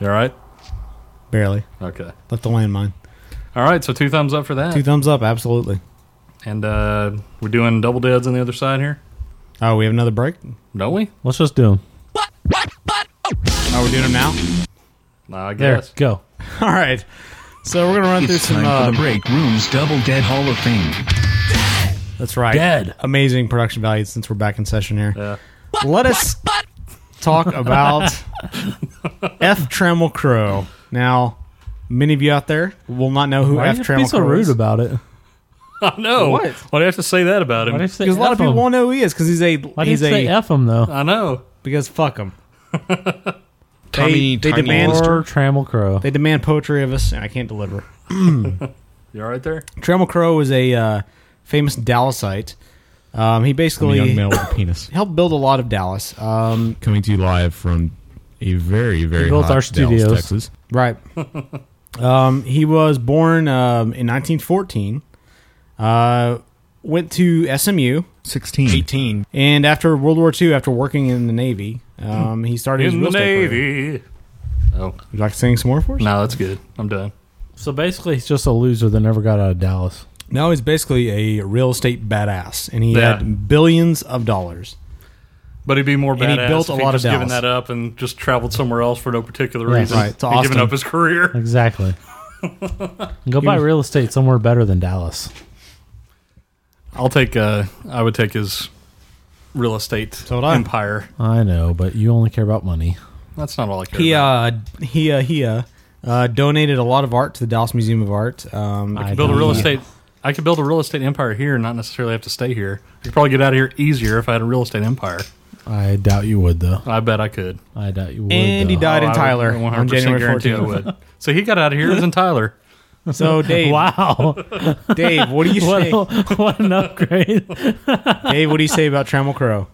Speaker 1: You all right?
Speaker 4: Barely.
Speaker 1: Okay.
Speaker 4: Left the landmine.
Speaker 1: All right, so two thumbs up for that.
Speaker 4: Two thumbs up. Absolutely.
Speaker 1: and uh, we're doing double deads on the other side here.
Speaker 4: Oh, we have another break.
Speaker 1: Don't we?
Speaker 2: Let's just do them.
Speaker 4: Oh, we're doing them now.
Speaker 1: I
Speaker 2: There,
Speaker 1: guess.
Speaker 2: go.
Speaker 4: All right. So we're gonna run through
Speaker 14: It's
Speaker 4: some.
Speaker 14: time
Speaker 4: uh,
Speaker 14: for the break room's double dead Hall of Fame.
Speaker 4: That's right.
Speaker 14: Dead.
Speaker 4: Amazing production value since we're back in session here. Let us talk about F. Trammell Crow. Now, many of you out there will not know who
Speaker 2: Why
Speaker 4: F.
Speaker 2: you have to
Speaker 4: Trammell
Speaker 2: be so
Speaker 4: Crow
Speaker 2: rude
Speaker 4: is.
Speaker 2: about it?
Speaker 1: I know.
Speaker 4: What?
Speaker 1: Why do you have to say that about him?
Speaker 4: Because a lot of people won't know who he is because he's a.
Speaker 2: Why do you
Speaker 4: he's a,
Speaker 2: say F him though?
Speaker 1: I know.
Speaker 4: Because fuck him. they,
Speaker 2: Tommy
Speaker 4: they
Speaker 2: Tiny
Speaker 4: demand
Speaker 2: Or Trammell Crow.
Speaker 4: They demand poetry of us, and I can't deliver.
Speaker 1: You all right there?
Speaker 4: Trammell Crow was a uh, famous Dallasite. Um, he basically
Speaker 3: young male with a penis.
Speaker 4: helped build a lot of Dallas. Um,
Speaker 3: Coming to you live from a very, very
Speaker 4: built
Speaker 3: hot
Speaker 4: our
Speaker 3: Dallas,
Speaker 4: studios.
Speaker 3: Texas.
Speaker 4: Right. um, he was born um, in 1914. Uh, went to SMU.
Speaker 3: 16.
Speaker 4: 18. And after World War II, after working in the Navy, um, he started his
Speaker 1: in
Speaker 4: real
Speaker 1: the
Speaker 4: estate career.
Speaker 1: Navy. Oh,
Speaker 4: Would you like to sing some more for us?
Speaker 1: no, that's good. I'm done.
Speaker 2: So basically, he's just a loser that never got out of Dallas.
Speaker 4: No, he's basically a real estate badass, and he
Speaker 1: Yeah.
Speaker 4: had billions of dollars.
Speaker 1: But he'd be more
Speaker 4: And he
Speaker 1: badass
Speaker 4: built a
Speaker 1: if he'd
Speaker 4: lot of
Speaker 1: just given
Speaker 4: Dallas.
Speaker 1: that up and just traveled somewhere else for no particular
Speaker 2: Yeah,
Speaker 1: reason.
Speaker 2: right, to
Speaker 1: He'd given
Speaker 2: Austin.
Speaker 1: up his career.
Speaker 2: Exactly. Go buy real estate somewhere better than Dallas.
Speaker 1: I'll take. Uh, I would take his real estate
Speaker 4: I.
Speaker 1: empire.
Speaker 2: I know, but you only care about money.
Speaker 1: That's not all I care.
Speaker 4: He
Speaker 1: about.
Speaker 4: uh, he uh, he uh, uh, donated a lot of art to the Dallas Museum of Art. Um,
Speaker 1: I could build a real estate. I could build a real estate empire here, and not necessarily have to stay here. I could probably get out of here easier if I had a real estate empire.
Speaker 2: I doubt you would though.
Speaker 1: I bet I could.
Speaker 2: I doubt you would.
Speaker 4: And he
Speaker 2: though.
Speaker 4: died
Speaker 1: Oh,
Speaker 4: in
Speaker 1: I would
Speaker 4: Tyler on
Speaker 1: 100%
Speaker 4: January
Speaker 1: guarantee I
Speaker 4: 14th.
Speaker 1: would. So he got out of here. It was in Tyler.
Speaker 4: So Dave,
Speaker 2: wow,
Speaker 4: Dave, what do you
Speaker 2: What,
Speaker 4: say?
Speaker 2: a- what an upgrade!
Speaker 4: Dave, what do you say about Trammell Crow?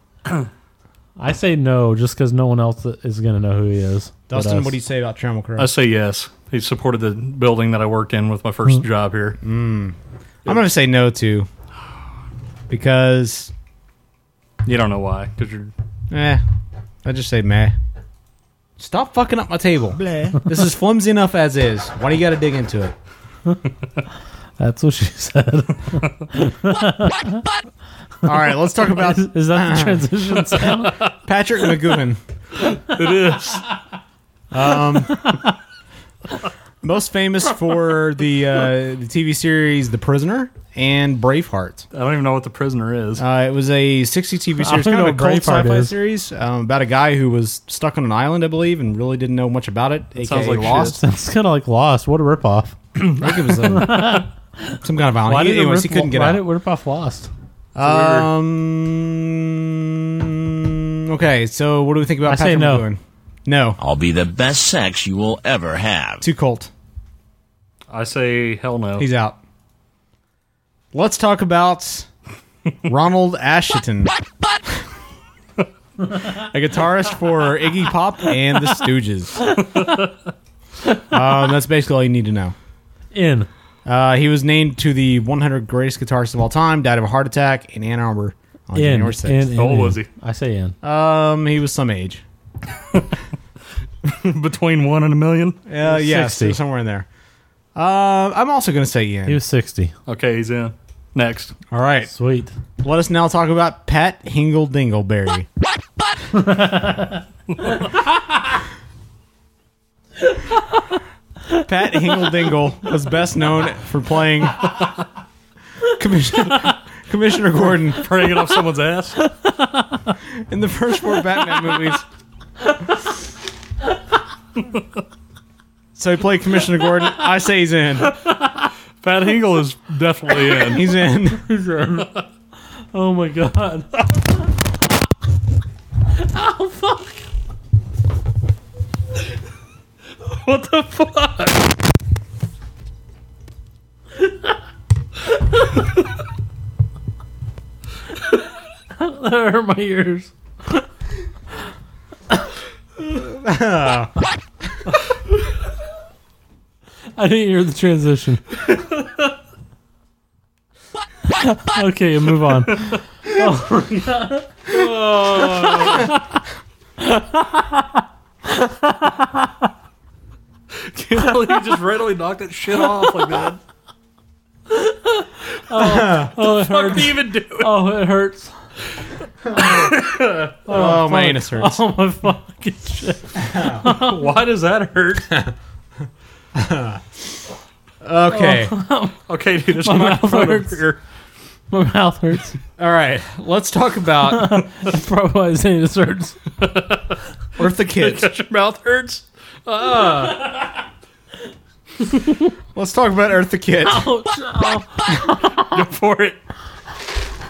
Speaker 2: I say no, just because no one else is going to know who he is. but
Speaker 4: Dustin,
Speaker 2: us.
Speaker 4: what do you say about Trammell Crow?
Speaker 1: I say yes. He supported the building that I worked in with my first job here.
Speaker 4: Mm. I'm going to say no to because
Speaker 1: You don't know why, because you're
Speaker 4: eh, I just say meh. Stop fucking up my table. this is flimsy enough as is. Why do you got to dig into it?
Speaker 2: That's what she said.
Speaker 4: All right, let's talk about
Speaker 2: is, is that the transition sound?
Speaker 4: Patrick McGowan.
Speaker 1: it is.
Speaker 4: Um, most famous for the uh, the TV series The Prisoner and Braveheart.
Speaker 1: I don't even know what the prisoner is.
Speaker 4: Uh, it was a 60 TV
Speaker 2: I don't
Speaker 4: series, kind
Speaker 2: know
Speaker 4: of a
Speaker 2: what
Speaker 4: cult
Speaker 2: Braveheart
Speaker 4: sci-fi
Speaker 2: is.
Speaker 4: series um, about a guy who was stuck on an island, I believe, and really didn't know much about it. AKA
Speaker 1: sounds like
Speaker 4: Lost.
Speaker 2: Sounds kind of like Lost. What a ripoff!
Speaker 4: I think it was um, some kind of island.
Speaker 2: Why
Speaker 4: He-
Speaker 2: did it
Speaker 4: anyways,
Speaker 2: rip,
Speaker 4: he couldn't get
Speaker 2: why
Speaker 4: out.
Speaker 2: did it rip off Lost?
Speaker 4: um, okay, so what do we think about
Speaker 2: I say
Speaker 4: Patrick
Speaker 2: no.
Speaker 4: McGowan? No,
Speaker 10: I'll be the best sex you will ever have.
Speaker 4: too cult.
Speaker 1: I say hell no.
Speaker 4: He's out. Let's talk about Ronald Asheton. a guitarist for Iggy Pop and the Stooges. um, that's basically all you need to know.
Speaker 2: In
Speaker 4: Uh, he was named to the 100 greatest guitarists of all time, died of a heart attack in Ann Arbor on
Speaker 2: in,
Speaker 4: January
Speaker 2: in,
Speaker 4: 6th.
Speaker 2: in,
Speaker 1: How old
Speaker 2: in.
Speaker 1: was he?
Speaker 2: I say in.
Speaker 4: Um, he was some age.
Speaker 1: Between one and a million.
Speaker 4: Uh, yeah, so
Speaker 2: 60.
Speaker 4: somewhere in there. Uh, I'm also going to say Ian.
Speaker 2: He was sixty.
Speaker 1: Okay, he's in. Next.
Speaker 4: All right.
Speaker 2: Sweet.
Speaker 4: Let us now talk about Pat Hingle Dingleberry. Pat Hingle Dingle was best known for playing Commissioner, Commissioner Gordon.
Speaker 1: Praying it off someone's ass.
Speaker 4: In the first four Batman movies. so he played Commissioner Gordon. I say he's in.
Speaker 1: Pat Hingle is definitely in.
Speaker 4: He's in.
Speaker 2: oh my god.
Speaker 18: Oh fuck!
Speaker 1: What the fuck?
Speaker 2: that hurt my ears. I didn't hear the transition. okay, move on. Oh my god.
Speaker 1: Can't believe you just randomly knocked that shit off like that.
Speaker 2: Oh, oh, it
Speaker 1: Fuck
Speaker 2: hurts.
Speaker 1: me even do it.
Speaker 2: Oh, it hurts.
Speaker 1: Oh,
Speaker 4: Oh, my
Speaker 2: fuck.
Speaker 4: anus hurts.
Speaker 2: Oh my fucking shit.
Speaker 1: Why does that hurt?
Speaker 4: Okay.
Speaker 1: okay, dude, this
Speaker 2: My mouth
Speaker 1: microphone
Speaker 2: hurts.
Speaker 1: over here.
Speaker 2: My mouth hurts.
Speaker 4: All right. Let's talk about
Speaker 2: That's probably why his anus hurts.
Speaker 4: Earth the Kids.
Speaker 1: Because your mouth hurts. Ah.
Speaker 4: Let's talk about Earth the Kid.
Speaker 2: Ouch.
Speaker 1: Go for it.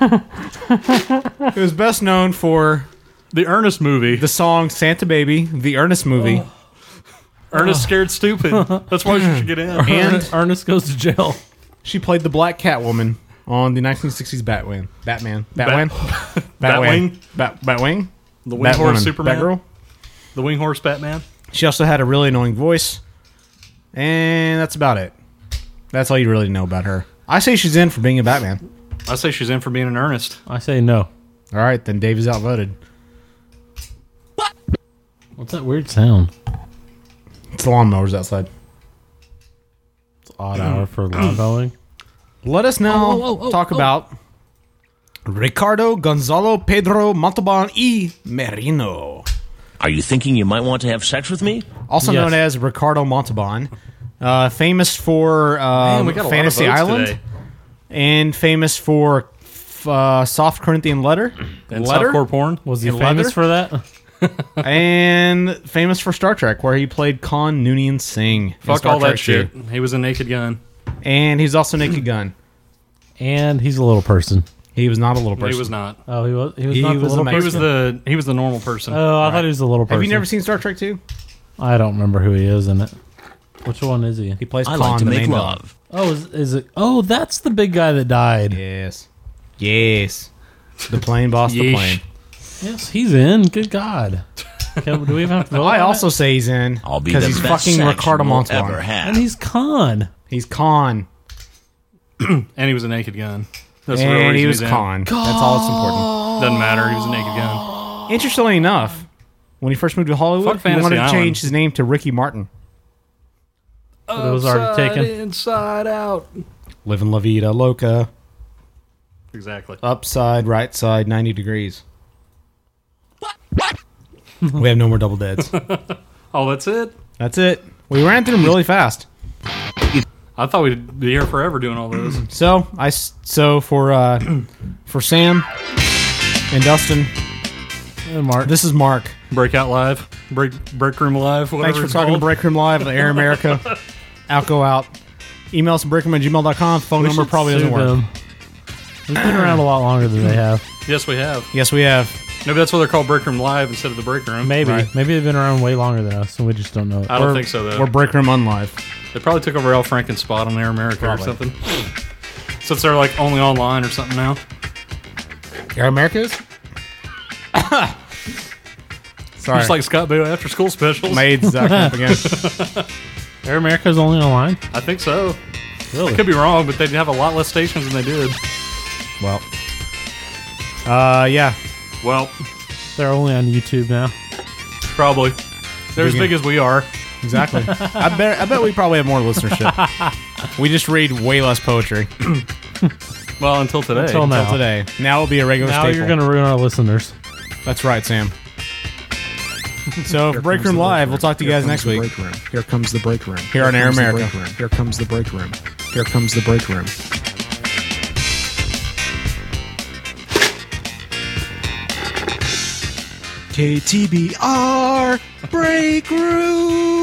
Speaker 4: Who is best known for
Speaker 1: The Ernest movie.
Speaker 4: the song Santa Baby, the Ernest movie.
Speaker 1: Ernest scared stupid. That's why you should get in.
Speaker 4: Oh. And-
Speaker 2: Ernest goes to jail.
Speaker 4: She played the Black Catwoman on the 1960s Batman. Batman. Batman. Batwing. Bat, Batwing.
Speaker 1: The wing horse Superman.
Speaker 4: Batgirl.
Speaker 1: The wing horse Batman.
Speaker 4: She also had a really annoying voice. And that's about it. That's all you really know about her. I say she's in for being a Batman.
Speaker 1: I say she's in for being in earnest.
Speaker 2: I say no.
Speaker 4: All right, then Dave is outvoted.
Speaker 2: What's that weird sound?
Speaker 4: It's the lawnmowers outside.
Speaker 2: It's odd hour for lawnmowing.
Speaker 4: Let us
Speaker 1: Oh,
Speaker 4: now talk about Ricardo Gonzalo Pedro Montalban y Merino,
Speaker 10: Are you thinking you might want to have sex with me?
Speaker 4: also
Speaker 2: Yes.
Speaker 4: known as Ricardo Montalban, uh, famous for um, Fantasy Island and famous for f- uh, Soft Corinthian Letter
Speaker 1: And
Speaker 4: Letter?
Speaker 1: softcore porn.
Speaker 2: Was he
Speaker 4: In
Speaker 2: famous
Speaker 4: leather?
Speaker 2: for that?
Speaker 4: and famous for Star Trek, where he played Khan Noonien Singh. in
Speaker 1: Fuck
Speaker 4: Star
Speaker 1: all
Speaker 4: Trek
Speaker 1: that shit.
Speaker 4: 2.
Speaker 1: He was a naked gun.
Speaker 4: And he's also Naked Gun.
Speaker 2: And he's a little person.
Speaker 4: He was not a little person.
Speaker 1: He was not.
Speaker 2: Oh, he was. He was
Speaker 4: He
Speaker 2: not the
Speaker 4: was
Speaker 2: little
Speaker 4: a Uh,
Speaker 1: He
Speaker 2: person.
Speaker 1: was the he was the normal person.
Speaker 2: Oh, I thought he was the little person.
Speaker 4: Have you never seen Star Trek 2?
Speaker 2: I don't remember who he is in it. Which one is he?
Speaker 4: He plays
Speaker 10: I
Speaker 4: Khan,
Speaker 10: like to
Speaker 4: the
Speaker 10: make
Speaker 4: main villain.
Speaker 10: love.
Speaker 2: Oh, is, is it? Oh, that's the big guy that died.
Speaker 4: Yes. Yes. The plane boss, the
Speaker 1: Yeesh.
Speaker 4: plane.
Speaker 2: Yes, he's in. Good God. Can, do we even have to vote?
Speaker 4: Oh, I
Speaker 2: on
Speaker 4: also
Speaker 2: it?
Speaker 4: say he's in
Speaker 10: I'll be
Speaker 4: because
Speaker 10: the
Speaker 4: he's
Speaker 10: best
Speaker 4: fucking
Speaker 10: sex
Speaker 4: Ricardo
Speaker 10: you will ever
Speaker 4: Montalban.
Speaker 10: have.
Speaker 2: And he's con.
Speaker 4: He's Khan,
Speaker 1: And he was a naked gun. That's the real
Speaker 4: and
Speaker 1: reason
Speaker 4: he was
Speaker 1: he's in.
Speaker 4: Khan. That's all that's important.
Speaker 1: Doesn't matter. He was a naked gun.
Speaker 4: Interestingly enough, when he first moved to Hollywood,
Speaker 1: Fuck
Speaker 4: he wanted
Speaker 1: Fantasy
Speaker 4: to
Speaker 1: Island.
Speaker 4: change his name to Ricky Martin.
Speaker 2: But it was already taken.
Speaker 1: Inside out.
Speaker 4: Living La Vida Loca,
Speaker 1: Exactly.
Speaker 4: upside, right side, ninety degrees. we have no more double deads.
Speaker 1: Oh, that's it.
Speaker 4: That's it. We ran through them really fast.
Speaker 1: I thought we'd be here forever doing all those.
Speaker 4: So I s- so for uh, for Sam and Dustin,
Speaker 2: And Mark.
Speaker 4: this is Mark.
Speaker 1: Breakout live, break break room live. Whatever
Speaker 4: Thanks for
Speaker 1: it's
Speaker 4: talking
Speaker 1: called.
Speaker 4: to Break Room Live of Air America. out go out. Email us at breakroom at gmail.com. Phone number probably doesn't
Speaker 2: Sue
Speaker 4: work.
Speaker 2: them. We've been around a lot longer than they have.
Speaker 1: Yes, we have.
Speaker 4: Yes, we have.
Speaker 1: Maybe that's why they're called break room live instead of the break room.
Speaker 2: Maybe.
Speaker 1: Right.
Speaker 2: Maybe they've been around way longer than us, and we just don't know it.
Speaker 1: I don't think so though.
Speaker 4: We're Break Room Unlive.
Speaker 1: They probably took over Al Franken's spot on Air America
Speaker 4: Probably.
Speaker 1: or something. Since they're like only online or something now.
Speaker 4: Air America's? Sorry.
Speaker 1: Just like Scott Baio after school specials.
Speaker 4: my AIDS acting up again.
Speaker 2: Air America's only online.
Speaker 1: I think so.
Speaker 2: Really?
Speaker 1: I could be wrong, but they have a lot less stations than they did.
Speaker 4: Well. Uh, yeah.
Speaker 1: Well,
Speaker 2: They're only on YouTube now.
Speaker 1: probably. They're as
Speaker 4: Digging.
Speaker 1: big as we are.
Speaker 4: Exactly. I bet I bet we probably have more listenership. We just read way less poetry.
Speaker 1: Well, until today.
Speaker 2: Until now.
Speaker 4: Until today. Now it'll be a regular
Speaker 2: Uh-huh. Now
Speaker 4: staple.
Speaker 2: you're going to ruin our listeners.
Speaker 4: That's right, Sam. So,
Speaker 2: Here
Speaker 4: break
Speaker 2: comes
Speaker 4: room
Speaker 2: the
Speaker 4: live. We'll talk to you
Speaker 2: Here
Speaker 4: guys
Speaker 2: comes
Speaker 4: next
Speaker 2: the
Speaker 4: week.
Speaker 2: break
Speaker 4: room.
Speaker 8: Here comes the break room.
Speaker 4: Here on Air
Speaker 8: comes the
Speaker 4: America.
Speaker 8: break room. Here comes the break room. Here comes the break room.
Speaker 24: KTBR break room.